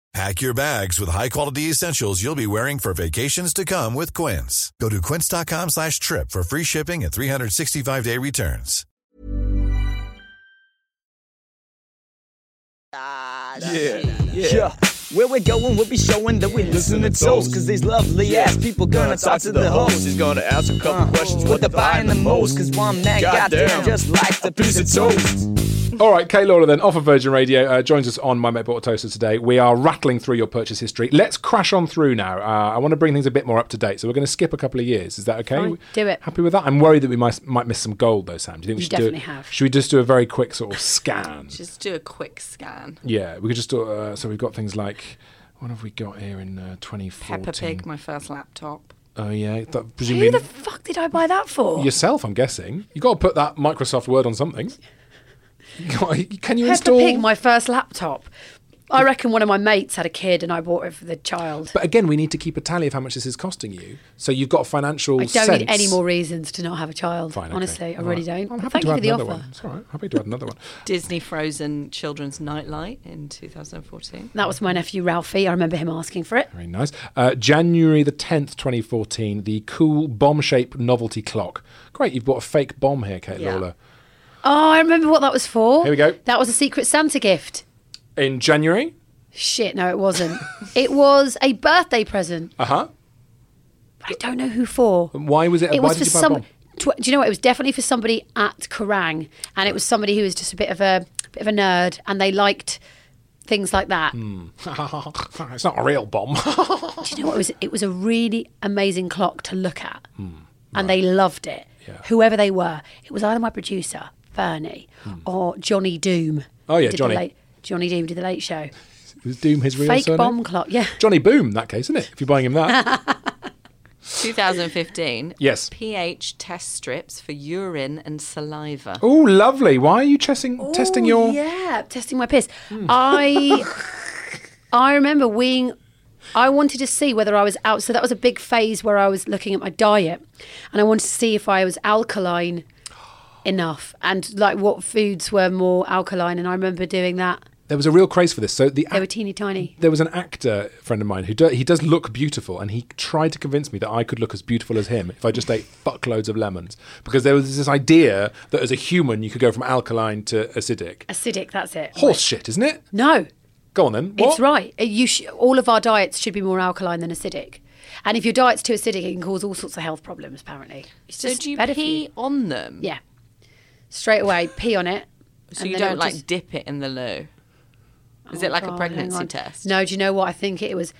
Speaker 7: Pack your bags with high-quality essentials you'll be wearing for vacations to come with Quince. Go to quince.com slash trip for free shipping and 365-day returns.
Speaker 8: Yeah. Where we're going, we'll be showing that we listen to toast. Cause these lovely ass people gonna talk to the host. He's gonna ask a couple questions. What they're buying the most? Cause one man, goddamn, just likes a piece of toast.
Speaker 4: All right, Kay Lawler then, off of Virgin Radio, uh, joins us on My Mate Bought a Toaster today. We are rattling through your purchase history. Let's crash on through now. Uh, I want to bring things a bit more up to date, so we're going to skip a couple of years. Is that okay?
Speaker 5: Fine, do it.
Speaker 4: Happy with that? I'm worried that we might, might miss some gold, though, Sam. Do you think we
Speaker 5: You
Speaker 4: should do it?
Speaker 5: definitely have.
Speaker 4: Should we just do a very quick sort of scan?
Speaker 3: Just do a quick scan.
Speaker 4: yeah, we could just do. Uh, so we've got things like. What have we got here in uh, 2014?
Speaker 3: Peppa Pig, my first laptop.
Speaker 4: Oh yeah, that, presumably
Speaker 5: Who the fuck did I buy that for?
Speaker 4: yourself. I'm guessing you got to put that Microsoft Word on something. You gotta- Can you
Speaker 5: Peppa
Speaker 4: install?
Speaker 5: Pig, my first laptop. I reckon one of my mates had a kid and I bought it for the child.
Speaker 4: But again, we need to keep a tally of how much this is costing you. So you've got a financial
Speaker 5: I don't
Speaker 4: sense.
Speaker 5: need any more reasons to not have a child.
Speaker 4: Fine, okay.
Speaker 5: Honestly, I
Speaker 4: All
Speaker 5: really
Speaker 4: right.
Speaker 5: don't.
Speaker 4: I'm happy
Speaker 5: Thank
Speaker 4: to
Speaker 5: you
Speaker 4: add
Speaker 5: for the
Speaker 4: another
Speaker 5: offer.
Speaker 4: One. It's all right. Happy to add another one.
Speaker 3: Disney Frozen Children's Nightlight in 2014.
Speaker 5: That was my nephew Ralphie. I remember him asking for it.
Speaker 4: Very nice. Uh, January the 10th, 2014, the cool bomb shaped novelty clock. Great. You've bought a fake bomb here, Kate
Speaker 3: Yeah.
Speaker 4: Lawler.
Speaker 5: Oh, I remember what that was for.
Speaker 4: Here we go.
Speaker 5: That was a Secret Santa gift.
Speaker 4: In January?
Speaker 5: Shit, no, it wasn't. it was a birthday present.
Speaker 4: Uh huh.
Speaker 5: But I don't know who for.
Speaker 4: Why was it?
Speaker 5: It
Speaker 4: why
Speaker 5: was for
Speaker 4: did you buy a
Speaker 5: some.
Speaker 4: bomb?
Speaker 5: Tw- do you know what? It was definitely for somebody at Kerrang, and it was somebody who was just a bit of a bit of a nerd, and they liked things like that.
Speaker 4: Hmm. it's not a real bomb.
Speaker 5: Do you know what? It was it was a really amazing clock to look at,
Speaker 4: Hmm.
Speaker 5: and they loved it. Whoever they were, it was either my producer Fernie or Johnny Doom.
Speaker 4: Hmm. Oh, yeah,
Speaker 5: did the
Speaker 4: Johnny.
Speaker 5: late- Johnny Doom did the Late Show.
Speaker 4: Was Doom his real
Speaker 5: Fake
Speaker 4: surname?
Speaker 5: bomb clock. Yeah.
Speaker 4: Johnny Boom, in that case, isn't it? If you're buying him that.
Speaker 3: 2015.
Speaker 4: Yes.
Speaker 3: pH test strips for urine and saliva.
Speaker 4: Oh, lovely. Why are you testing testing
Speaker 5: Ooh,
Speaker 4: your?
Speaker 5: Oh, yeah testing my piss i
Speaker 4: Hmm.
Speaker 5: i remember weeing i wanted to see whether i was out so that was a big phase where i was looking at my diet and i wanted to see if i was alkaline enough and like what foods were more alkaline and i remember doing that
Speaker 4: There was a real craze for this. So the
Speaker 5: they were teeny tiny
Speaker 4: there was an actor friend of mine who do, he does look beautiful, and he tried to convince me that I could look as beautiful as him if I just ate fuckloads of lemons, because there was this idea that as a human you could go from alkaline to acidic.
Speaker 5: acidic that's it
Speaker 4: Horse shit, isn't it?
Speaker 5: no
Speaker 4: Go on then. What?
Speaker 5: It's right. Uh, You sh- all of our diets should be more alkaline than acidic. And if your diet's too acidic, it can cause all sorts of health problems. Apparently, it's
Speaker 3: So
Speaker 5: just
Speaker 3: do you
Speaker 5: better for
Speaker 3: pee on them?
Speaker 5: Yeah, straight away, pee on it.
Speaker 3: So
Speaker 5: and
Speaker 3: you
Speaker 5: then it
Speaker 3: don't
Speaker 5: will
Speaker 3: like
Speaker 5: just-
Speaker 3: dip it in the loo. Is
Speaker 5: Oh,
Speaker 3: it like
Speaker 5: God,
Speaker 3: a
Speaker 5: hang
Speaker 3: pregnancy
Speaker 5: on.
Speaker 3: test?
Speaker 5: No, do you know what? I think it was,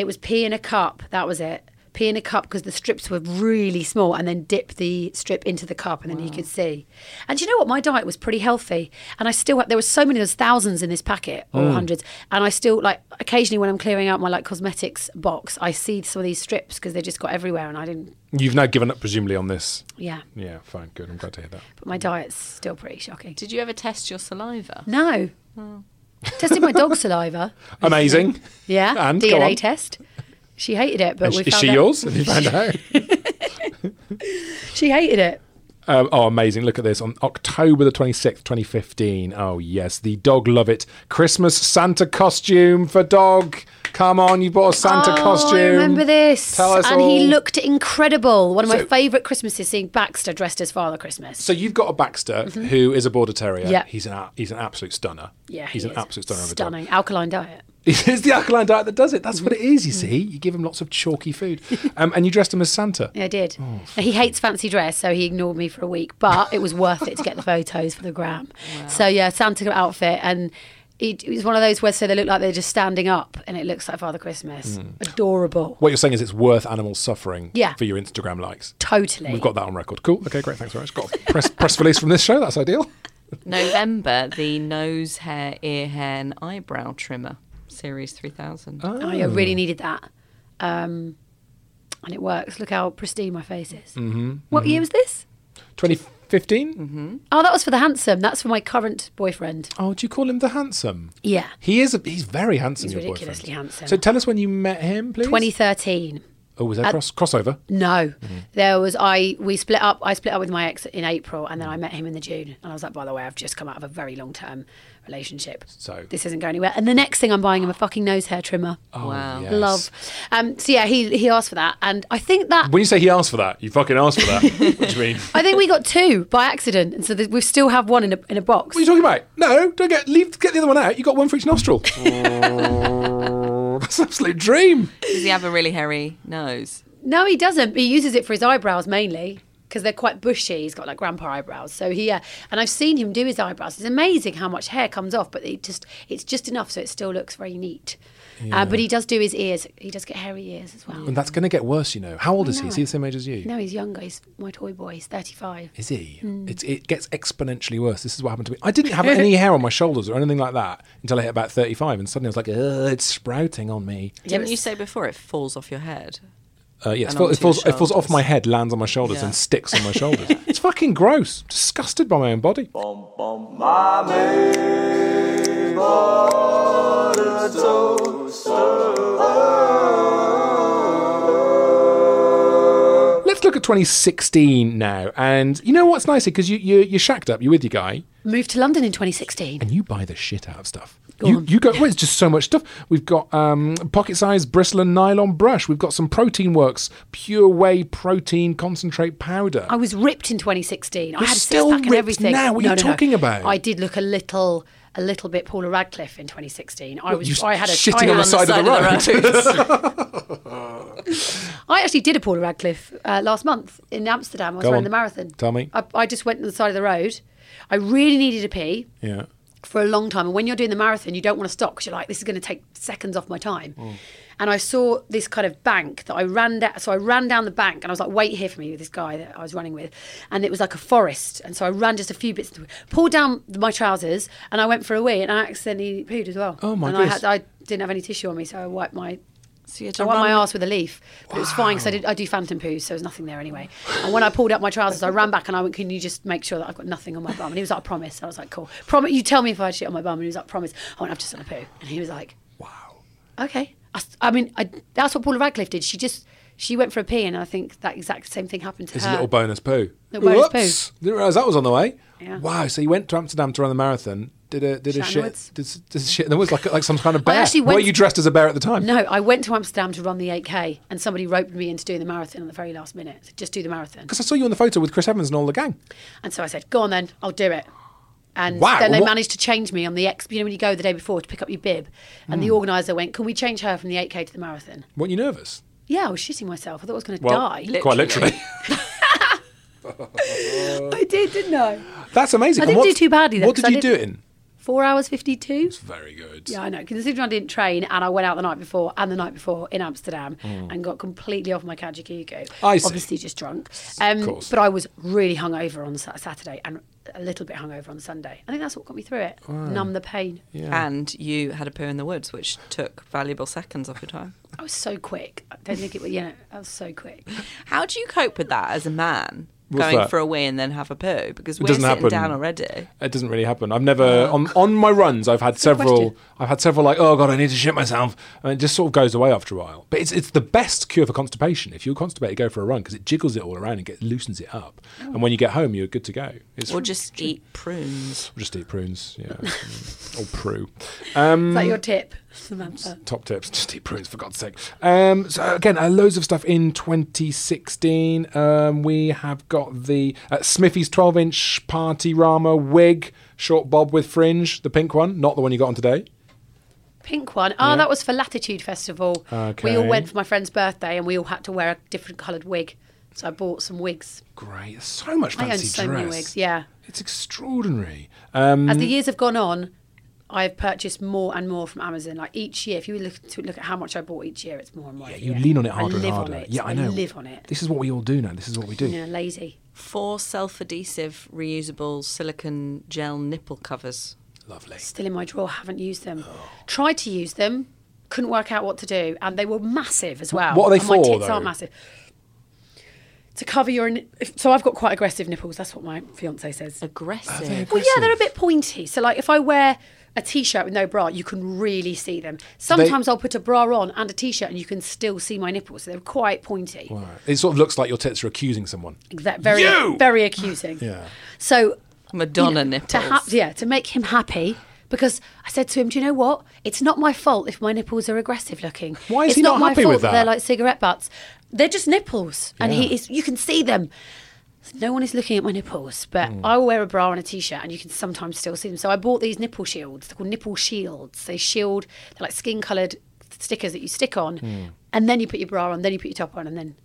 Speaker 5: it was pee in a cup. That was it. Pee in a cup because the strips were really small, and then dip the strip into the cup, and then you could see. And do you know what? My diet was pretty healthy, and I still had, there were so many. There's thousands in this packet or hundreds, and I still like occasionally when I'm clearing out my like cosmetics box, I see some of these strips because they just got everywhere, and I didn't.
Speaker 4: You've now given up, presumably, on this.
Speaker 5: Yeah,
Speaker 4: Yeah, fine, good. I'm glad to hear that.
Speaker 5: but my diet's still pretty shocking.
Speaker 3: Did you ever test your saliva?
Speaker 5: No,
Speaker 3: Hmm.
Speaker 5: tested my dog saliva.
Speaker 4: Amazing.
Speaker 5: Yeah,
Speaker 4: And, go on.
Speaker 5: DNA test. She hated it, but
Speaker 4: Is
Speaker 5: we
Speaker 4: is
Speaker 5: found
Speaker 4: she
Speaker 5: out-
Speaker 4: yours? Have you found out?
Speaker 5: She hated it.
Speaker 4: Um, oh, amazing. Look at this. On October the 26th, 2015. Oh, yes. The Dog Love It Christmas Santa costume for dog. Come on, you bought a Santa
Speaker 5: oh,
Speaker 4: costume.
Speaker 5: I remember this.
Speaker 4: Tell us
Speaker 5: and
Speaker 4: all.
Speaker 5: he looked incredible. One of my
Speaker 4: So-
Speaker 5: favourite Christmases seeing Baxter dressed as Father Christmas.
Speaker 4: So you've got a Baxter
Speaker 5: Mm-hmm.
Speaker 4: who is a border terrier.
Speaker 5: Yeah.
Speaker 4: He's an a- he's an absolute stunner.
Speaker 5: yeah,
Speaker 4: He's
Speaker 5: he
Speaker 4: an
Speaker 5: is.
Speaker 4: absolute stunner of a dog.
Speaker 5: Stunning. Alkaline diet.
Speaker 4: It's the alkaline diet that does it. That's what it is, you
Speaker 5: Mm-hmm.
Speaker 4: see. You give him lots of chalky food. Um, and you dressed him as Santa.
Speaker 5: Yeah, I did.
Speaker 4: Oh,
Speaker 5: he hates fancy dress, so he ignored me for a week, but it was worth it to get the photos for the gram. So yeah, Santa outfit and it, it was one of those where so they look like they're just standing up and it looks like Father Christmas.
Speaker 4: Hmm.
Speaker 5: Adorable.
Speaker 4: What you're saying is it's worth animal suffering
Speaker 5: Yeah.
Speaker 4: for your Instagram likes.
Speaker 5: Totally.
Speaker 4: We've got that on record. Cool. Okay, great. Thanks very much. Got a press, press release from this show. That's ideal.
Speaker 3: November, the nose hair, ear hair, and eyebrow trimmer series 3000.
Speaker 5: Oh, yeah, I really needed that. Um, and it works. Look how pristine my face is. Mm-hmm, what year was this?
Speaker 4: 2015?
Speaker 5: Oh, that was for the handsome. That's for my current boyfriend.
Speaker 4: Oh, do you call him the handsome?
Speaker 5: Yeah.
Speaker 4: He is. A, he's very handsome.
Speaker 5: He's
Speaker 4: your
Speaker 5: ridiculously
Speaker 4: boyfriend.
Speaker 5: handsome.
Speaker 4: So tell us when you met him, please.
Speaker 5: 2013.
Speaker 4: Oh, was there cross crossover?
Speaker 5: No, there was I. We split up. I split up with my ex in April, and then I met him in the June. And I was like, by the way, I've just come out of a very long term relationship.
Speaker 4: So-
Speaker 5: this isn't going anywhere. And the next thing I'm buying him a fucking nose hair trimmer.
Speaker 4: oh,
Speaker 3: wow.
Speaker 4: yes.
Speaker 5: Love. Um, so yeah, he he asked for that, and I think that
Speaker 4: When you say he asked for that, you fucking asked for that. what do you mean?
Speaker 5: I think we got two by accident, and so th- we still have one in a in a box.
Speaker 4: What are you talking about? No, don't get leave. Get the other one out. You got one for each nostril. That's an absolute dream.
Speaker 3: Does he have a really hairy nose?
Speaker 5: No, he doesn't. He uses it for his eyebrows mainly because they're quite bushy. He's got like grandpa eyebrows. So he, uh, and I've seen him do his eyebrows. It's amazing how much hair comes off, but it just it's just enough so it still looks very neat. Uh, but he does do his ears. He does get hairy ears as well.
Speaker 4: And that's going to get worse, you know. How old is he? Is he the same age as you?
Speaker 5: No, he's younger. He's my toy boy. He's thirty-five.
Speaker 4: Is he?
Speaker 3: Hmm.
Speaker 4: It's it gets exponentially worse. This is what happened to me. I didn't have any hair on my shoulders or anything like that until I hit about thirty-five, and suddenly I was like, Ugh, it's sprouting on me.
Speaker 3: Didn't you say before it falls off your head?
Speaker 4: Uh, yes,
Speaker 3: and
Speaker 4: fall, it
Speaker 3: onto your
Speaker 4: falls. It falls off
Speaker 3: shoulders.
Speaker 4: my head, lands on my shoulders,
Speaker 3: Yeah.
Speaker 4: and sticks on my shoulders. it's fucking gross. Disgusted by my own body. Let's look at 2016 now, and you know what's nice because you you you're shacked up. You're with your guy,
Speaker 5: Moved to London in twenty sixteen.
Speaker 4: and you buy the shit out of stuff.
Speaker 5: Go
Speaker 4: you
Speaker 5: on.
Speaker 4: you go. Well, it's just so much stuff. We've got um, pocket-sized bristle and nylon brush. We've got some Protein Works pure whey protein concentrate powder.
Speaker 5: I was ripped in 2016. I
Speaker 4: You're
Speaker 5: had a
Speaker 4: still
Speaker 5: six pack and
Speaker 4: ripped
Speaker 5: everything.
Speaker 4: now. What are you talking about?
Speaker 5: I did look a little, a little bit Paula Radcliffe in 2016. I was,
Speaker 4: you
Speaker 5: I had a,
Speaker 4: shitting
Speaker 5: I
Speaker 4: on
Speaker 5: had
Speaker 4: the side of the
Speaker 5: I actually did a Paula Radcliffe uh, last month in Amsterdam. I was
Speaker 4: Go
Speaker 5: running
Speaker 4: on.
Speaker 5: the marathon.
Speaker 4: Tell me.
Speaker 5: I, I just went to the side of the road. I really needed a pee
Speaker 4: yeah.
Speaker 5: for a long time. And when you're doing the marathon, you don't want to stop because you're like, this is going to take seconds off my time.
Speaker 4: Mm.
Speaker 5: And I saw this kind of bank that I ran down. So I ran down the bank and I was like, wait here for me with this guy that I was running with. And it was like a forest. And so I ran just a few bits, pulled down my trousers and I went for a wee and I accidentally pooed as well.
Speaker 4: Oh, my
Speaker 5: And
Speaker 4: goodness.
Speaker 5: I, had, I didn't have any tissue on me. So I wiped my
Speaker 3: So you had to
Speaker 5: I wiped my
Speaker 3: run-
Speaker 5: ass with a leaf, but it was fine because I did. I do phantom poos, so there was nothing there anyway. And when I pulled up my trousers, I ran back and I went, "Can you just make sure that I've got nothing on my bum?" And he was like, "I "Promise." I was like, "Cool, promise." You tell me if I had shit on my bum, and he was like, "Promise." I went, "I've just done a poo," and he was like, "Wow, okay." I, s- I mean, I, that's what Paula Radcliffe did. She just she went for a pee, and I think that exact same thing happened to
Speaker 4: It's
Speaker 5: her.
Speaker 4: a little bonus poo.
Speaker 5: uh, Little bonus
Speaker 4: Whoops! Didn't realise that was on the way.
Speaker 5: Yeah.
Speaker 4: Wow. So you went to Amsterdam to run the marathon. Did a did
Speaker 5: Shit in
Speaker 4: a
Speaker 5: the
Speaker 4: shit
Speaker 5: woods.
Speaker 4: did, s- did shit in the woods like like some kind of
Speaker 5: I
Speaker 4: bear.
Speaker 5: actually
Speaker 4: Were
Speaker 5: went-
Speaker 4: you dressed as a bear at the time?
Speaker 5: No, I went to Amsterdam to run the 8K, and somebody roped me into doing the marathon at the very last minute. So just do the marathon.
Speaker 4: Because I saw you on the photo with Chris Evans and all the gang.
Speaker 5: And so I said, "Go on, then, I'll do it." And
Speaker 4: Wow,
Speaker 5: then they
Speaker 4: what-
Speaker 5: managed to change me on the ex. You know, when you go the day before to pick up your bib, and
Speaker 4: Hmm.
Speaker 5: the organizer went, "Can we change her from the 8k to the marathon?"
Speaker 4: Weren't you nervous?
Speaker 5: Yeah, I was shitting myself. I thought I was going to die.
Speaker 4: quite literally.
Speaker 5: I did, didn't I?
Speaker 4: That's amazing.
Speaker 5: I
Speaker 4: And
Speaker 5: didn't do
Speaker 4: what's-
Speaker 5: too badly though,
Speaker 4: What did
Speaker 5: 'cause I
Speaker 4: you do it
Speaker 5: didn't-
Speaker 4: in?
Speaker 5: Four hours fifty-two.
Speaker 4: Very good.
Speaker 5: Yeah, I know. Considering I didn't train, and I went out the night before and the night before in Amsterdam, and got completely off my kajakuku.
Speaker 4: Hmm. I see.
Speaker 5: Obviously, just drunk. Um,
Speaker 4: course.
Speaker 5: But I was really hungover on Sa- Saturday and a little bit hungover on Sunday. I think that's what got me through it. Numb the pain.
Speaker 3: And you had a poo in the woods, which took valuable seconds off your time.
Speaker 5: I was so quick. I don't think it was, you know, I was so quick.
Speaker 3: How do you cope with that as a man?
Speaker 4: What's
Speaker 3: going
Speaker 4: that?
Speaker 3: for a wee and then have a poo because we're
Speaker 4: doesn't
Speaker 3: sitting
Speaker 4: happen.
Speaker 3: down already.
Speaker 4: It doesn't really happen. I've never on on my runs. I've had several.
Speaker 5: question.
Speaker 4: I've had several like, oh god, I need to shit myself, and it just sort of goes away after a while. But it's it's the best cure for constipation. If you're constipated, go for a run because it jiggles it all around and get, loosens it up. And when you get home, you're good to go. It's
Speaker 3: Or just eat prunes.
Speaker 4: just eat prunes, yeah, or prue. Mm.
Speaker 5: Is that your tip, Samantha?
Speaker 4: top tips. Just eat prunes, for God's sake. Um, so again, uh, loads of stuff in 2016. Um, we have got the uh, Smithy's 12-inch party rama wig, short bob with fringe, the pink one, not the one you got on today.
Speaker 5: Pink one. Oh, that was for Latitude Festival. We
Speaker 4: Okay.
Speaker 5: all went for my friend's birthday and we all had to wear a different coloured wig. So I bought some wigs.
Speaker 4: Great, so much
Speaker 5: I own
Speaker 4: fancy
Speaker 5: so
Speaker 4: dress.
Speaker 5: many wigs, yeah.
Speaker 4: It's extraordinary. Uh, Um,
Speaker 5: As the years have gone on, I've purchased more and more from Amazon. Like each year, if you look to look at how much I bought each year, it's more and more.
Speaker 4: Yeah, you lean on it
Speaker 5: I
Speaker 4: harder
Speaker 5: live
Speaker 4: and harder.
Speaker 5: On it.
Speaker 4: Yeah, I know.
Speaker 5: live on it.
Speaker 4: This is what we all do now. This is what we do.
Speaker 5: Yeah, lazy.
Speaker 3: Four self adhesive reusable silicone gel nipple covers.
Speaker 4: Lovely.
Speaker 5: Still in my drawer, haven't used them. Tried to use them, couldn't work out what to do, and they were massive as well.
Speaker 4: What are they
Speaker 5: and my
Speaker 4: for,
Speaker 5: tits
Speaker 4: though?
Speaker 5: aren't massive. To cover your, ni- if- so I've got quite aggressive nipples. That's what my fiance says.
Speaker 3: Aggressive.
Speaker 5: Well, yeah, they're a bit pointy. So, like, if I wear a t-shirt with no bra, you can really see them. Sometimes I'll put a bra on and a t-shirt, and you can still see my nipples. So they're quite pointy.
Speaker 4: Right. It sort of looks like your tits are accusing someone.
Speaker 5: Exact, very,
Speaker 4: You!
Speaker 5: very accusing.
Speaker 4: Yeah.
Speaker 5: So
Speaker 3: Madonna
Speaker 5: know,
Speaker 3: nipples.
Speaker 5: To ha- yeah, to make him happy. Because I said to him, "Do you know what? It's not my fault if my nipples are aggressive looking.
Speaker 4: Why is
Speaker 5: it's
Speaker 4: he not
Speaker 5: my
Speaker 4: happy
Speaker 5: fault
Speaker 4: with
Speaker 5: They're
Speaker 4: that?
Speaker 5: like cigarette butts. They're just nipples, and
Speaker 4: Yeah.
Speaker 5: he is. You can see them. No one is looking at my nipples, but
Speaker 4: Hmm.
Speaker 5: I will wear a bra and a t-shirt, and you can sometimes still see them. So I bought these nipple shields. They're called nipple shields. They shield. They're like skin-coloured stickers that you stick on,
Speaker 4: Hmm.
Speaker 5: and then you put your bra on, then you put your top on, and then.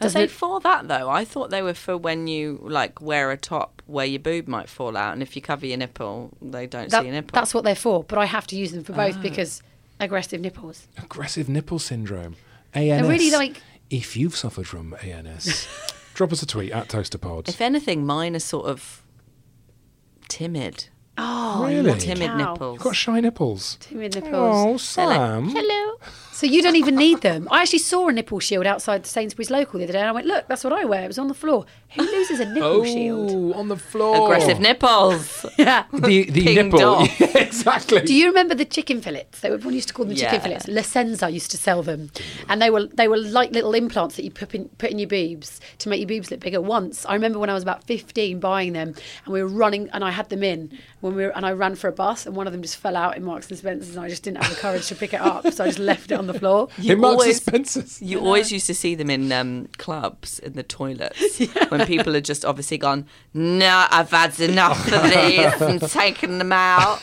Speaker 3: Are
Speaker 5: doesn't
Speaker 3: they
Speaker 5: it-
Speaker 3: for that though? I thought they were for when you like wear a top where your boob might fall out, and if you cover your nipple, they don't
Speaker 5: that-
Speaker 3: see your nipple. Oh.
Speaker 5: that's what they're for. But I have to use them for both because aggressive nipples.
Speaker 4: Aggressive nipple syndrome. ANS.
Speaker 5: really like-
Speaker 4: If you've suffered from ANS, drop us a tweet at ToasterPod.
Speaker 3: if anything, mine are sort of timid,
Speaker 5: Oh,
Speaker 4: really?
Speaker 3: timid
Speaker 5: Cow.
Speaker 3: nipples.
Speaker 4: You've got shy nipples.
Speaker 5: timid
Speaker 4: Oh,
Speaker 5: nipples.
Speaker 3: They're like,
Speaker 4: Sam.
Speaker 3: hello.
Speaker 5: So you don't even need them. I actually saw a nipple shield outside Sainsbury's local the other day, and I went, "Look, that's what I wear." It was on the floor. Who loses a nipple shield?
Speaker 4: Oh, on the floor.
Speaker 3: Aggressive nipples.
Speaker 5: Yeah.
Speaker 4: The, the
Speaker 3: Ping
Speaker 4: nipple.
Speaker 3: dong.
Speaker 4: Yeah, exactly.
Speaker 5: Do you remember the chicken fillets? They were, everyone used to call them
Speaker 3: Yeah.
Speaker 5: chicken fillets. Lesenza used to sell them, and they were they were like little implants that you put in, put in your boobs to make your boobs look bigger. Once I remember when I was about fifteen buying them, and we were running, and I had them in when we were, and I ran for a bus, and one of them just fell out in Marks and Spencers, and I just didn't have the courage to pick it up, so I just left it on the floor.
Speaker 4: in Marks
Speaker 3: always-
Speaker 4: and Spencer's.
Speaker 3: You always used to see them in um, clubs in the toilets when people had just obviously gone. No, I've had enough of these and taken them out.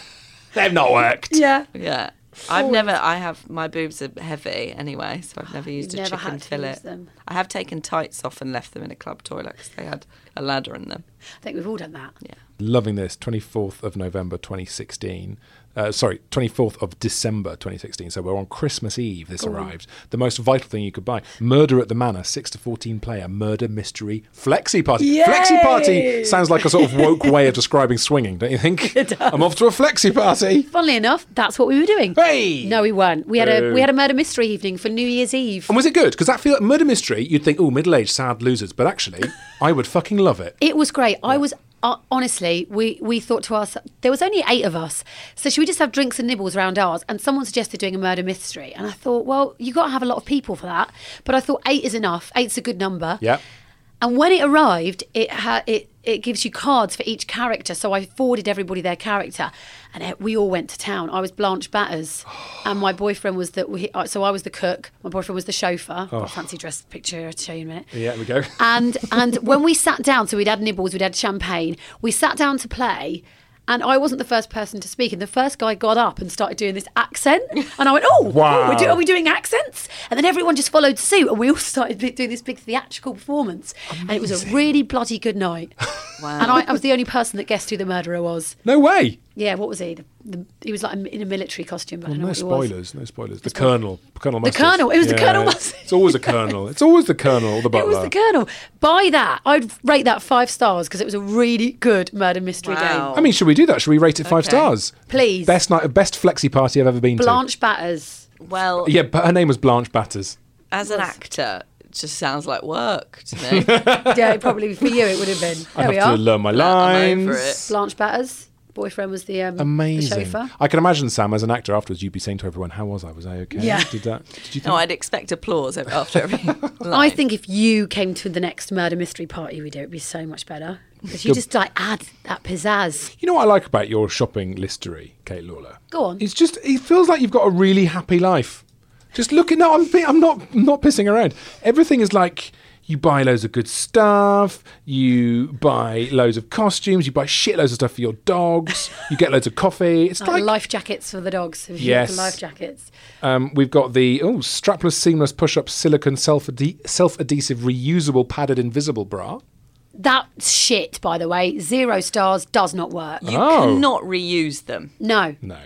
Speaker 4: They've not worked.
Speaker 5: Yeah.
Speaker 3: Yeah. I've never. I have my boobs are heavy anyway, so I've never used a
Speaker 5: never
Speaker 3: chicken
Speaker 5: had to
Speaker 3: fillet.
Speaker 5: use them.
Speaker 3: I have taken tights off and left them in a club toilet because they had a ladder in them.
Speaker 5: I think we've all done that.
Speaker 4: Loving this. 24th of November 2016. Uh, sorry, 24th of December 2016. So we're on Christmas Eve. This arrived. The most vital thing you could buy: Murder at the Manor, six to 14 player murder mystery flexi party. Flexi party sounds like a sort of woke way of describing swinging, don't you think? It does. I'm off to a flexi party.
Speaker 5: Funnily enough, that's what we were doing.
Speaker 4: Hey!
Speaker 5: No, we weren't. We had
Speaker 4: Boo.
Speaker 5: a we had a murder mystery evening for New Year's Eve.
Speaker 4: And was it good? Because that feel like murder mystery, you'd think, oh, middle aged, sad losers. But actually, I would fucking love it.
Speaker 5: It was great. I was uh, honestly, we we thought to ourselves, there was only eight of us, so should we just have drinks and nibbles around ours? And someone suggested doing a murder mystery, and I thought, well, you got to have a lot of people for that. But I thought eight is enough. Eight's a good number.
Speaker 4: Yeah.
Speaker 5: And when it arrived, it ha- it it gives you cards for each character. So I forwarded everybody their character, and it, we all went to town. I was Blanche Batters, and my boyfriend was the we, uh, so I was the cook. My boyfriend was the chauffeur. Got a fancy dress picture to show you in a minute.
Speaker 4: Oh. Yeah, we go.
Speaker 5: And and when we sat down, so we'd had nibbles, we'd had champagne. We sat down to play. And I wasn't the first person to speak, and the first guy got up and started doing this accent, and I went, "Oh,
Speaker 4: Wow.
Speaker 5: oh, we're do- are we doing accents?" And then everyone just followed suit, and we all started bi- doing this big theatrical performance, and it was a really bloody good night.
Speaker 3: Wow.
Speaker 5: And I, I was the only person that guessed who the murderer was.
Speaker 4: No way.
Speaker 5: Yeah, what was he? The, the, he was like in a military costume, but I don't know
Speaker 4: No
Speaker 5: what he was.
Speaker 4: spoilers. No spoilers. The colonel. Colonel.
Speaker 5: The
Speaker 4: Mustard.
Speaker 5: colonel, it was the colonel mustard.
Speaker 4: It's always a colonel. It's always the colonel. or The
Speaker 5: It
Speaker 4: butler.
Speaker 5: was the Colonel. By that, I'd rate that five stars because it was a really good murder mystery
Speaker 3: Wow.
Speaker 5: game.
Speaker 4: I mean, should we do that? Should we rate it five
Speaker 3: Okay.
Speaker 4: stars?
Speaker 5: Please.
Speaker 4: Best night, best flexi party I've ever been
Speaker 5: Blanche Batters.
Speaker 3: Well,
Speaker 4: to. Yeah, but her name was Blanche Batters.
Speaker 3: as an actor, it just sounds like work to me.
Speaker 5: Yeah, it probably for you it would have been. There
Speaker 4: I
Speaker 5: we
Speaker 4: have
Speaker 5: are.
Speaker 4: to learn my
Speaker 3: I'm
Speaker 4: lines.
Speaker 3: over it.
Speaker 5: Blanche Batters. Boyfriend was the um, The
Speaker 4: Amazing.
Speaker 5: chauffeur.
Speaker 4: I can imagine Sam as an actor afterwards. You'd be saying to everyone, "How was I? Was I okay?
Speaker 5: Yeah.
Speaker 4: Did that? Did you think?
Speaker 3: No, I'd expect applause ev- after every
Speaker 5: I
Speaker 3: line.
Speaker 5: think if you came to the next murder mystery party we do, it'd be so much better because you
Speaker 4: Good.
Speaker 5: just like add that pizzazz.
Speaker 4: You know what I like about your shopping listery, Kate Lawler?
Speaker 5: Go on.
Speaker 4: It's just it feels like you've got a really happy life. Just looking no, I'm be- I'm not I'm not pissing around. Everything is like you buy loads of good stuff, you buy loads of costumes, you buy shitloads of stuff for your dogs, you get loads of coffee. It's
Speaker 5: Like,
Speaker 4: like,
Speaker 5: life jackets for the dogs. If you
Speaker 4: Yes.
Speaker 5: have life jackets.
Speaker 4: um, we've got the oh strapless seamless push-up silicone self-ade- self-adhesive reusable padded invisible bra.
Speaker 5: That shit, by the way, zero stars does not work.
Speaker 3: you
Speaker 4: Oh.
Speaker 3: cannot reuse them.
Speaker 5: No.
Speaker 4: No.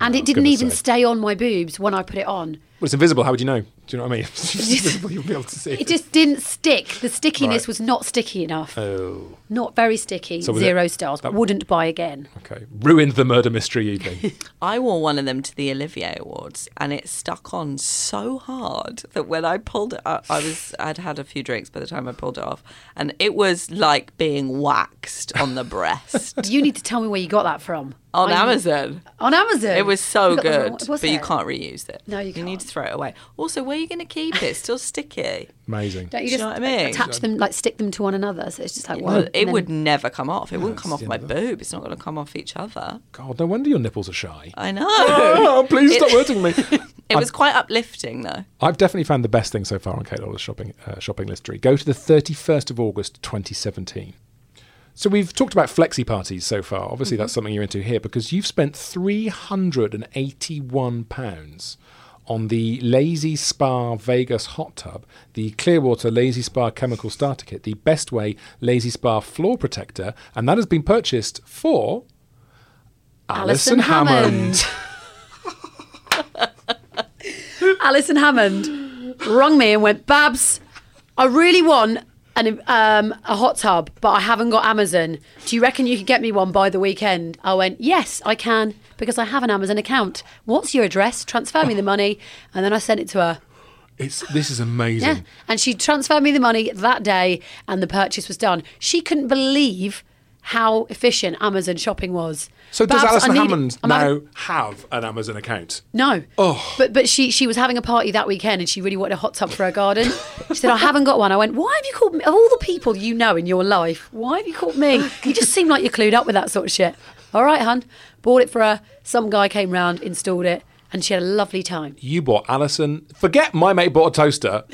Speaker 5: And
Speaker 4: No, I was
Speaker 5: it didn't
Speaker 4: gonna
Speaker 5: even
Speaker 4: say.
Speaker 5: stay on my boobs when I put it on.
Speaker 4: Well, it's invisible. How would you know? Do you know what I mean? It's invisible. You'll be able to see.
Speaker 5: It just didn't stick. The stickiness
Speaker 4: Right.
Speaker 5: was not sticky enough.
Speaker 4: Oh.
Speaker 5: Not very sticky.
Speaker 4: So was
Speaker 5: Zero
Speaker 4: it-
Speaker 5: stars.
Speaker 4: that-
Speaker 5: Wouldn't buy again.
Speaker 4: Okay. Ruined the murder mystery evening.
Speaker 3: I wore one of them to the Olivier Awards, and it stuck on so hard that when I pulled it, up, I was I'd had a few drinks by the time I pulled it off, and it was like being waxed on the breast
Speaker 5: You need to tell me where you got that from.
Speaker 3: on
Speaker 5: I-
Speaker 3: Amazon.
Speaker 5: On Amazon.
Speaker 3: It was so
Speaker 5: You got the
Speaker 3: good,
Speaker 5: wrong- was
Speaker 3: but you
Speaker 5: it?
Speaker 3: can't reuse it.
Speaker 5: No, you
Speaker 3: You need to
Speaker 5: can't.
Speaker 3: throw it away. Also, where are you going to keep it? It's still sticky.
Speaker 4: Amazing.
Speaker 5: Don't you
Speaker 3: Do you
Speaker 5: just
Speaker 3: know what I mean?
Speaker 5: attach them, like stick them to one another? So it's just like,
Speaker 3: It
Speaker 5: well,
Speaker 3: would- it would never come off. It wouldn't come off my boob. It's not going to come off each other.
Speaker 4: God, no wonder your nipples are shy.
Speaker 3: I know.
Speaker 4: Oh, please stop
Speaker 3: It-
Speaker 4: hurting me.
Speaker 3: It was quite uplifting, though.
Speaker 4: I've definitely found the best thing so far on Kate Lawler's shopping uh, shopping listery. Go to the 31st of August 2017. So we've talked about flexi parties so far. Obviously, that's something you're into here because you've spent 381 pounds on the Lazy Spa Vegas hot tub, the Clearwater Lazy Spa chemical starter kit, the Best Way Lazy Spa floor protector, and that has been purchased for
Speaker 5: Alison Hammond. Alison Hammond rung me and went, Babs, I really want an, um, a hot tub, but I haven't got Amazon. Do you reckon you could get me one by the weekend? I went, Yes, I can, because I have an Amazon account. What's your address? Transfer me the money. And then I sent it to her.
Speaker 4: It's this is
Speaker 5: Yeah.
Speaker 4: amazing.
Speaker 5: And she transferred me the money that day, and the purchase was done. She couldn't believe how efficient Amazon shopping was.
Speaker 4: So does
Speaker 5: Babs, I
Speaker 4: Alison
Speaker 5: need-
Speaker 4: Hammond
Speaker 5: I'm
Speaker 4: now
Speaker 5: having-
Speaker 4: have an Amazon account?
Speaker 5: No.
Speaker 4: Oh.
Speaker 5: But but she she was having a party that weekend and she really wanted a hot tub for her garden. she said, I haven't got one. I went, Why have you called me of all the people you know in your life, why have you called me? You just seem like you're clued up with that sort of shit. All right, hun. Bought it for her. Some guy came round, installed it, and she had a lovely time.
Speaker 4: You bought Alison. Forget my mate bought a toaster.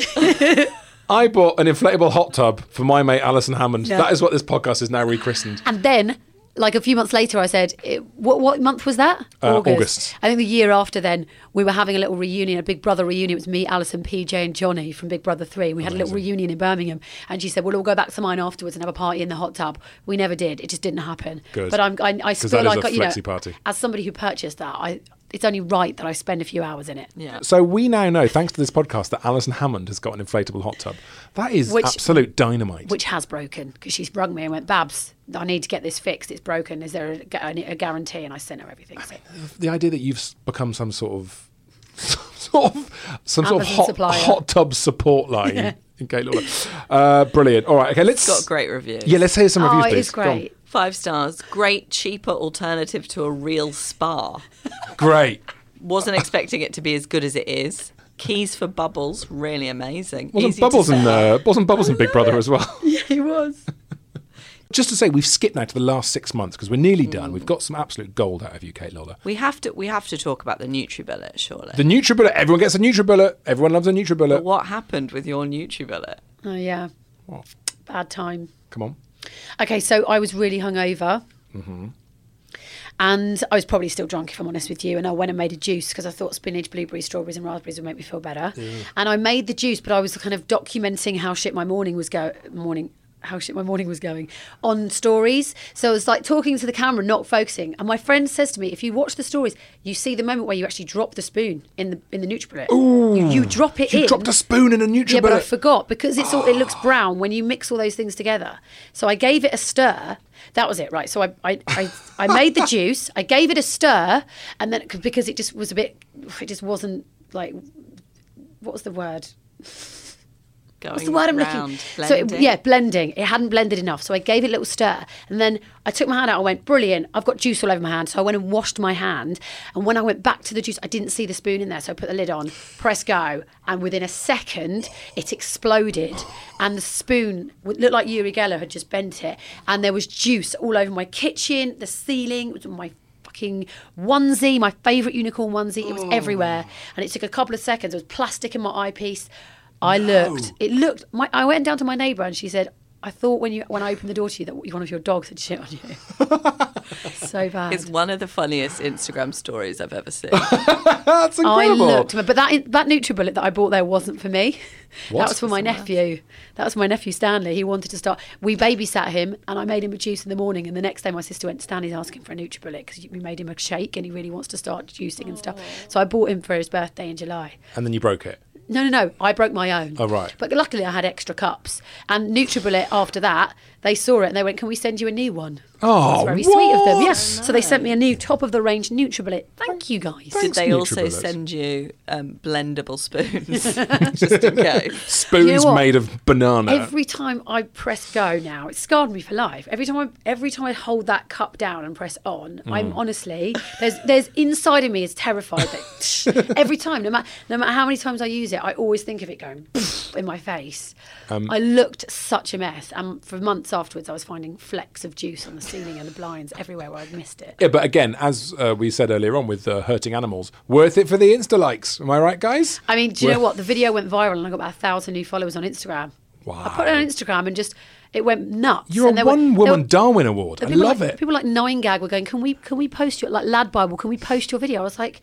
Speaker 4: I bought an inflatable hot tub for my mate Alison Hammond. That is what this podcast is now rechristened.
Speaker 5: And then like a few months later, I said, eh, "What, what month was that?"
Speaker 4: Uh, August.
Speaker 5: I think the year after. Then we were having a little reunion, a Big Brother reunion. It was me, Alison, PJ, and Johnny from Big Brother Three. We had a little reunion in Birmingham, and she said, "We'll all go back to mine afterwards and have a party in the hot tub." We never did. It just didn't happen.
Speaker 4: Good.
Speaker 5: But I'm, I, I feel
Speaker 4: that is
Speaker 5: like
Speaker 4: a
Speaker 5: you know,
Speaker 4: flexi party.
Speaker 5: as somebody who purchased that, I it's only right that I spend a few hours in it.
Speaker 3: Yeah.
Speaker 4: So we now know, thanks to this podcast, that Alison Hammond has got an inflatable hot tub. That is
Speaker 5: Which-
Speaker 4: absolute dynamite.
Speaker 5: which has broken because she's rung me and went, Babs, I need to get this fixed. It's broken. Is there a, gu- a guarantee? And I sent her everything. So.
Speaker 4: the idea that you've s- become some sort of some sort of some sort of
Speaker 5: Amazon
Speaker 4: hot,
Speaker 5: supplier.
Speaker 4: hot tub support line in Kate Lawler. Uh, brilliant. All right. Okay. Let's
Speaker 3: got great reviews.
Speaker 4: Yeah. Let's hear some
Speaker 5: Oh,
Speaker 4: reviews.
Speaker 5: it is
Speaker 4: please. Go on.
Speaker 5: great.
Speaker 3: Five stars. Great, cheaper alternative to a real spa.
Speaker 4: Great.
Speaker 3: Wasn't expecting it to be as good as it is. Keys for bubbles, really amazing.
Speaker 4: Wasn't
Speaker 3: Easy to
Speaker 4: bubbles in
Speaker 3: set up.
Speaker 4: there? Wasn't bubbles in Big Brother as well?
Speaker 5: He was.
Speaker 4: Just to say, we've skipped now to the last six months because we're nearly done. We've got some absolute gold out of you, Kate Lawler.
Speaker 3: We have to we have to talk about the NutriBullet, surely.
Speaker 4: The NutriBullet. Everyone gets a NutriBullet. Everyone loves a
Speaker 3: But
Speaker 4: NutriBullet.
Speaker 3: what happened with your NutriBullet?
Speaker 5: Oh, yeah.
Speaker 4: What?
Speaker 5: Bad time.
Speaker 4: Come on.
Speaker 5: Okay, so I was really hungover. And I was probably still drunk, if I'm honest with you. And I went and made a juice because I thought spinach, blueberries, strawberries, and raspberries would make me feel better. And I made the juice, but I was kind of documenting how shit my morning was go morning. How shit my morning was going on stories. So I was like talking to the camera, not focusing. And my friend says to me, "If you watch the stories, you see the moment where you actually drop the spoon in the in the NutriBullet. You, you drop it
Speaker 4: You
Speaker 5: in.
Speaker 4: dropped a spoon in a
Speaker 5: Yeah, but I
Speaker 4: NutriBullet.
Speaker 5: forgot because it's all it looks brown when you mix all those things together. So I gave it a stir. That was it, right? So I I, I, I made the juice. I gave it a stir, and then because it just was a bit, it just wasn't like, what was the word?
Speaker 3: Going
Speaker 5: What's the word I'm looking?
Speaker 3: round,
Speaker 5: So
Speaker 3: blending?
Speaker 5: it, yeah, blending. It hadn't blended enough, so I gave it a little stir, and then I took my hand out. I went, brilliant! I've got juice all over my hand. So I went and washed my hand, and when I went back to the juice, I didn't see the spoon in there. So I put the lid on, press go, and within a second, it exploded, and the spoon it looked like Yuri Geller had just bent it, and there was juice all over my kitchen, the ceiling, it was on my fucking onesie, my favourite unicorn onesie. It was everywhere, and it took a couple of seconds. There was plastic in my eyepiece. I looked. It looked. My, I went down to my neighbour and she said, "I thought when you when I opened the door to you that one of your dogs had shit on you." so bad.
Speaker 3: It's one of the funniest Instagram stories I've ever seen.
Speaker 4: That's
Speaker 5: I
Speaker 4: incredible.
Speaker 5: looked, but that that NutriBullet that I bought there wasn't for me.
Speaker 4: What?
Speaker 5: That was for my nephew. That was my nephew Stanley. He wanted to start. We babysat him, and I made him a juice in the morning. And the next day, my sister went, "Stanley's asking for a NutriBullet because we made him a shake, and he really wants to start juicing and stuff." So I bought him for his birthday in July.
Speaker 4: and then you broke it.
Speaker 5: No, no, no. I broke my own.
Speaker 4: Oh, right.
Speaker 5: But luckily, I had extra cups. And NutriBullet, after that, they saw it and they went, "Can we send you a new one?"
Speaker 4: Oh,
Speaker 5: That's very sweet of them.
Speaker 4: what?
Speaker 5: Yes. So they sent me a new top of the range NutriBullet. Thank you guys.
Speaker 3: Did
Speaker 4: Thanks,
Speaker 3: they also
Speaker 4: NutriBullet.
Speaker 3: send you um, blendable spoons? Just in case.
Speaker 4: Spoons
Speaker 5: You know what?
Speaker 4: made of banana.
Speaker 5: Every time I press go now, it scarred me for life. Every time I every time I hold that cup down and press on, I'm
Speaker 4: Mm.
Speaker 5: honestly there's there's inside of me is terrified that every time, no matter no matter how many times I use it, I always think of it going in my face.
Speaker 4: Um,
Speaker 5: I looked such a mess, and for months afterwards, I was finding flecks of juice on the ceiling and the blinds everywhere where I'd missed it.
Speaker 4: Yeah, but again, as uh, we said earlier on with uh, hurting animals, worth it for the Insta likes. Am I right, guys?
Speaker 5: I mean, do you know what? The video went viral, and I got about a thousand new followers on Instagram. I put it
Speaker 4: Wow.
Speaker 5: on Instagram and just it went nuts.
Speaker 4: You're
Speaker 5: and
Speaker 4: a
Speaker 5: there were-
Speaker 4: one
Speaker 5: there
Speaker 4: woman
Speaker 5: were-
Speaker 4: Darwin Award. I
Speaker 5: And people
Speaker 4: love
Speaker 5: like,
Speaker 4: it.
Speaker 5: People like Nine Gag were going, "Can we can we post your like Lad Bible? Can we post your video?" I was like,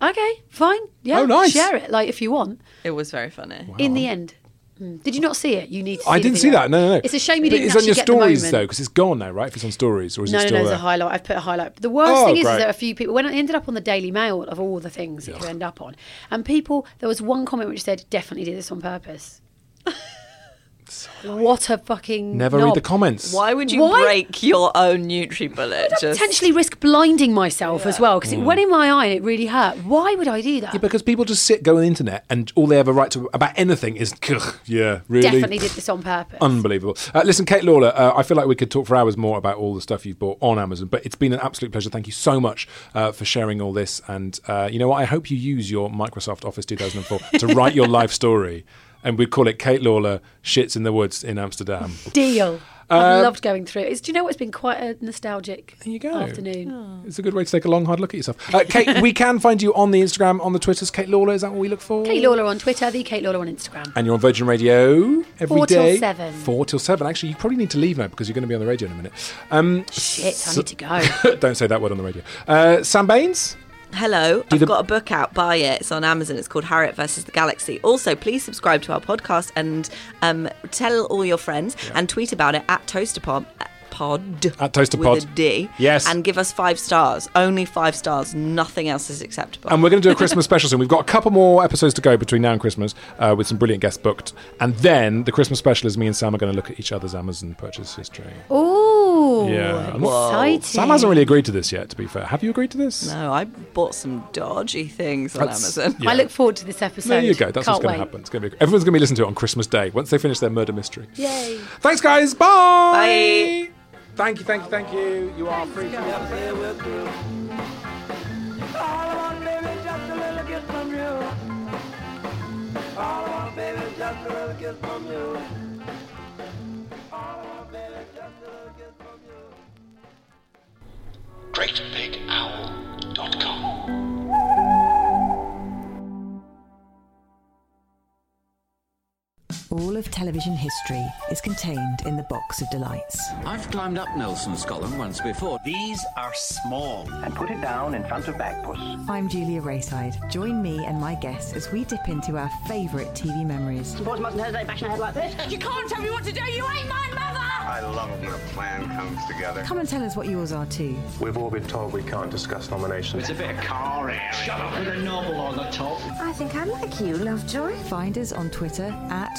Speaker 5: "Okay, fine, yeah,
Speaker 4: Oh, nice.
Speaker 5: share it like if you want."
Speaker 3: It was very funny.
Speaker 5: In the end, Mm. did you not see it? You need. to see
Speaker 4: I
Speaker 5: the
Speaker 4: didn't see
Speaker 5: video.
Speaker 4: that. No, no, no.
Speaker 5: It's a shame you
Speaker 4: But
Speaker 5: didn't.
Speaker 4: It's on your
Speaker 5: actually get the
Speaker 4: stories
Speaker 5: moment.
Speaker 4: though, because it's gone now, right? If it's on stories, or is
Speaker 5: No,
Speaker 4: it
Speaker 5: no,
Speaker 4: still
Speaker 5: no, it's
Speaker 4: there?
Speaker 5: a highlight. I've put a highlight. The worst
Speaker 4: Oh,
Speaker 5: thing is, is
Speaker 4: great.
Speaker 5: that a few people, when I ended up on the Daily Mail of all the things that you end up on, and people, there was one comment which said, definitely did this on purpose. what a fucking.
Speaker 4: Never read
Speaker 5: knob.
Speaker 4: the comments.
Speaker 3: Why would you
Speaker 5: Why-
Speaker 3: break your own NutriBullet? Just
Speaker 5: Potentially risk blinding myself as well because it went in my eye and it really hurt. Why would I do that?
Speaker 4: Mm. Yeah, because people just sit, go on the internet, and all they ever write to about anything is, "Ugh, yeah, really.
Speaker 5: Definitely did this on purpose.
Speaker 4: Unbelievable. Uh, listen, Kate Lawler, uh, I feel like we could talk for hours more about all the stuff you've bought on Amazon, but it's been an absolute pleasure. Thank you so much uh, for sharing all this. And uh, you know what? I hope you use your Microsoft Office 2004 to write your life story. And we call it Kate Lawler Shits in the Woods in Amsterdam.
Speaker 5: Deal. I've
Speaker 4: Uh,
Speaker 5: loved going through it. It's, do you know what? It's been quite a nostalgic
Speaker 4: There you go.
Speaker 5: afternoon.
Speaker 4: It's a good way to take a long, hard look at yourself. Uh, Kate, we can find you on the Instagram, on the Twitters. Kate Lawler, is that what we look for?
Speaker 5: Kate Lawler on Twitter, the Kate Lawler on Instagram.
Speaker 4: And you're on Virgin Radio every
Speaker 5: Four till
Speaker 4: day?
Speaker 5: seven.
Speaker 4: Four till seven. Actually, you probably need to leave now because you're going to be on the radio in a minute. Um,
Speaker 5: Shit, I
Speaker 4: so-
Speaker 5: need to go.
Speaker 4: don't say that word on the radio. Uh, Sam Baines?
Speaker 9: Hello, I've
Speaker 4: the-
Speaker 9: got a book out. Buy it. It's on Amazon. It's called Harriet versus the Galaxy. Also, please subscribe to our podcast and um, tell all your friends and tweet about it at Toasterpod. uh, Pod
Speaker 4: At Toaster
Speaker 9: with
Speaker 4: Pod.
Speaker 9: a D.
Speaker 4: Yes.
Speaker 9: and give us five stars. Only five stars. Nothing else is acceptable.
Speaker 4: And we're going to do a Christmas special soon. We've got a couple more episodes to go between now and Christmas uh, with some brilliant guests booked. And then the Christmas special is me and Sam are going to look at each other's Amazon purchase history.
Speaker 5: Oh, Ooh,
Speaker 4: Yeah.
Speaker 5: exciting.
Speaker 4: Sam hasn't really agreed to this yet, to be fair. Have you agreed to this?
Speaker 9: no, I bought some dodgy things on
Speaker 4: That's-
Speaker 9: Amazon.
Speaker 4: yeah.
Speaker 5: I look forward to this episode.
Speaker 4: There you go. That's
Speaker 5: Can't
Speaker 4: what's going
Speaker 5: wait.
Speaker 4: to happen. It's going to be, everyone's going to be listening to it on Christmas Day once they finish their murder mystery.
Speaker 5: Yay.
Speaker 4: Thanks, guys. Bye.
Speaker 9: Bye.
Speaker 4: Thank you, thank you, thank you. You are free.
Speaker 10: All I want, baby, is just a little kiss from you. All I want, baby, is just a little kiss from you. All I want, baby, is just a little kiss from you.
Speaker 2: GreatBigOwl.com.
Speaker 3: All of television history is contained in the Box of Delights.
Speaker 11: I've climbed up Nelson Scotland once before. These are small.
Speaker 10: And put it down in front of Bagpuss.
Speaker 3: I'm Julia Rayside. Join me and my guests as we dip into our favourite TV memories.
Speaker 10: Boys mustn't hesitate bashing her head like this. You can't tell me what to do. You ain't my mother.
Speaker 11: I love when a plan comes together.
Speaker 3: Come and tell us what yours are too.
Speaker 10: We've all been told we can't discuss nominations.
Speaker 11: It's a bit of car air. Shut up with a novel on the top.
Speaker 3: I think I'm like you, Lovejoy. Find us on Twitter at